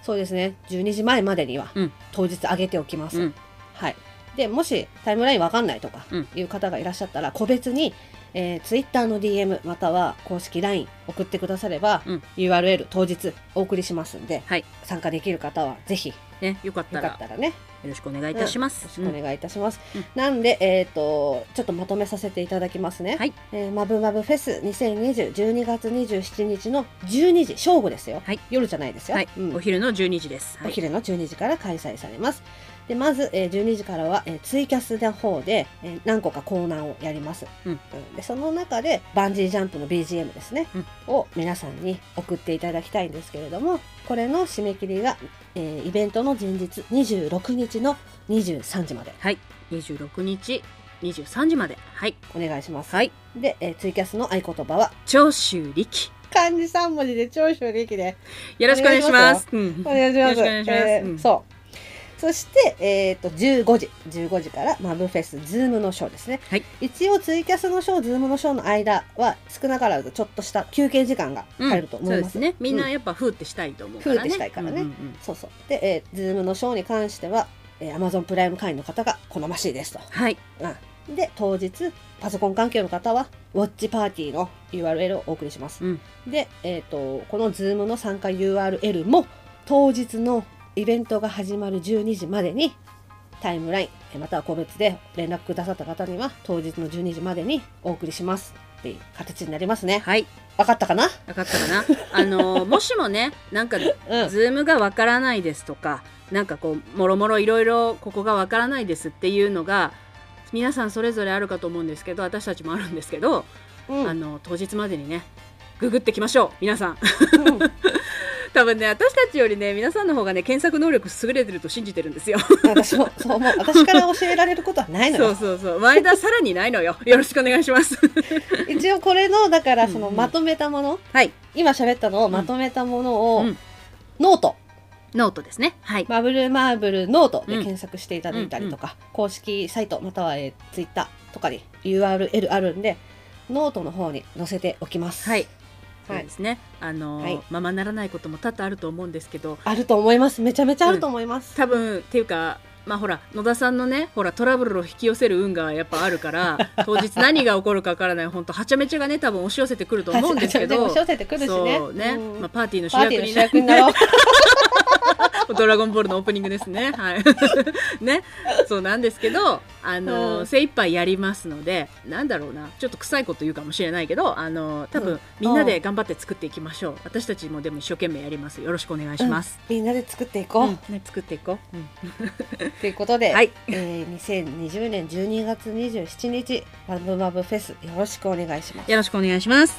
Speaker 1: そうですね12時前までには
Speaker 2: うん
Speaker 1: 当日上げておきます、
Speaker 2: うん
Speaker 1: はいでもしタイムラインわかんないとか
Speaker 2: うん
Speaker 1: いう方がいらっしゃったら個別に、えー、Twitter の DM または公式 LINE 送ってくだされば、
Speaker 2: うん
Speaker 1: URL 当日お送りしますんで、
Speaker 2: はい
Speaker 1: 参加できる方はぜひよ
Speaker 2: ねよかった
Speaker 1: からったらね
Speaker 2: よろしくお願いいたします、
Speaker 1: よろしくお願いいたします。
Speaker 2: うん
Speaker 1: なんで、えっ、と、ちょっとまとめさせていただきますね。
Speaker 2: はい
Speaker 1: えーマブマブフェス2020、12月27日の12時、正午ですよ。
Speaker 2: はい
Speaker 1: 夜じゃないですよ。
Speaker 2: はい、
Speaker 1: うん
Speaker 2: お昼の12時です、はい
Speaker 1: お昼の12時から開催されます。でまず、えー12時からは、えーツイキャスの方で、えー何個かコーナーをやります、
Speaker 2: うん
Speaker 1: でその中でバンジージャンプの BGM ですね、
Speaker 2: うん
Speaker 1: を皆さんに送っていただきたいんですけれどもこれの締め切りが、えーイベントの前日26日の23時まで
Speaker 2: はい26日23時まではい
Speaker 1: お願いします、
Speaker 2: はい
Speaker 1: で、えーツイキャスの合言葉は
Speaker 2: 長州力
Speaker 1: 漢字3文字で長所力で
Speaker 2: よろしくお願いしますうん
Speaker 1: [LAUGHS] お願いします。
Speaker 2: よろしくお願いします、
Speaker 1: えー
Speaker 2: うん
Speaker 1: そう。そして、えっ、と、15時、15時からマブフェス、ズームのショーですね。
Speaker 2: はい
Speaker 1: 一応、ツイキャスのショー、ズームのショーの間は、少なからずちょっとした休憩時間が
Speaker 2: うん
Speaker 1: 入ると思います。
Speaker 2: そうですねみんなやっぱふーってしたいと思うからね
Speaker 1: ふーってしたいからね
Speaker 2: うんうんうん
Speaker 1: そうそう。で、えー、ズームのショーに関しては、えー、Amazon プライム会員の方が好ましいですと。
Speaker 2: はい
Speaker 1: うん、で、当日、パソコン環境の方は、ウォッチパーティーの URL をお送りします。
Speaker 2: うん
Speaker 1: で、えっ、と、この Zoom の参加 URL も、当日のイベントが始まる12時までに、タイムライン、えーまたは個別で連絡くださった方には、当日の12時までにお送りしますっていう形になりますね。
Speaker 2: はい
Speaker 1: わかったかな
Speaker 2: 分かったかなあのもしもねなんか
Speaker 1: うん。
Speaker 2: ズームがわからないですとかなんかこうもろもろいろいろここがわからないですっていうのが皆さんそれぞれあるかと思うんですけど私たちもあるんですけど、
Speaker 1: うん
Speaker 2: あの当日までにねググってきましょう皆さん [LAUGHS]
Speaker 1: うん
Speaker 2: 多分ね私たちよりね皆さんの方がね検索能力優れてると信じてるんですよ
Speaker 1: [LAUGHS] 私も、そう思う。私から教えられることはないのよ。
Speaker 2: [LAUGHS] そうそうそう前田さらにないのよよろしくお願いします
Speaker 1: [LAUGHS] 一応これの、だから、そ
Speaker 2: うん
Speaker 1: の
Speaker 2: うん
Speaker 1: まとめたもの、
Speaker 2: はい
Speaker 1: 今喋ったのをまとめたものを、
Speaker 2: うん
Speaker 1: ノート、
Speaker 2: ノートですねはい
Speaker 1: マブルマーブルノートで
Speaker 2: うん
Speaker 1: 検索していただいたりとか、公式サイトまたは、えー、ツイッターとかに URL あるんで、ノートの方に載せておきます。
Speaker 2: はい。そ
Speaker 1: は
Speaker 2: う
Speaker 1: い
Speaker 2: で。すねあの、
Speaker 1: はい
Speaker 2: ままならないことも多々あると思うんですけど
Speaker 1: あると思います。めちゃめちゃあると思います。
Speaker 2: 多分っていうかまあほら野田さんのねほらトラブルを引き寄せる運がやっぱあるから
Speaker 1: [LAUGHS]
Speaker 2: 当日何が起こるかわからない本当はちゃめちゃがね多分押し寄せてくると思うんですけど
Speaker 1: 押し寄せてくるしね。
Speaker 2: そうね、
Speaker 1: うん
Speaker 2: まあ、パーティーの主
Speaker 1: パー
Speaker 2: 役
Speaker 1: ティーの
Speaker 2: に
Speaker 1: 主
Speaker 2: な
Speaker 1: 役になろう。
Speaker 2: [LAUGHS] ドラゴンボールのオープニングですね。はい。 [LAUGHS] ね。そうなんですけど、あの、
Speaker 1: うん
Speaker 2: 精一杯やりますので、なんだろうな、ちょっと臭いこと言うかもしれないけど、あの、多
Speaker 1: う
Speaker 2: 分
Speaker 1: ん、
Speaker 2: みんなで頑張って作っていきましょう。私たちもでも一生懸命やります。よろしくお願いします。
Speaker 1: [LAUGHS] みんなで作っていこう。
Speaker 2: うんね、作っていこう。うん
Speaker 1: ということで、
Speaker 2: はい
Speaker 1: えー、2020年12月27日、マブマブフェスよろしくお願いします。
Speaker 2: よろしくお願いします。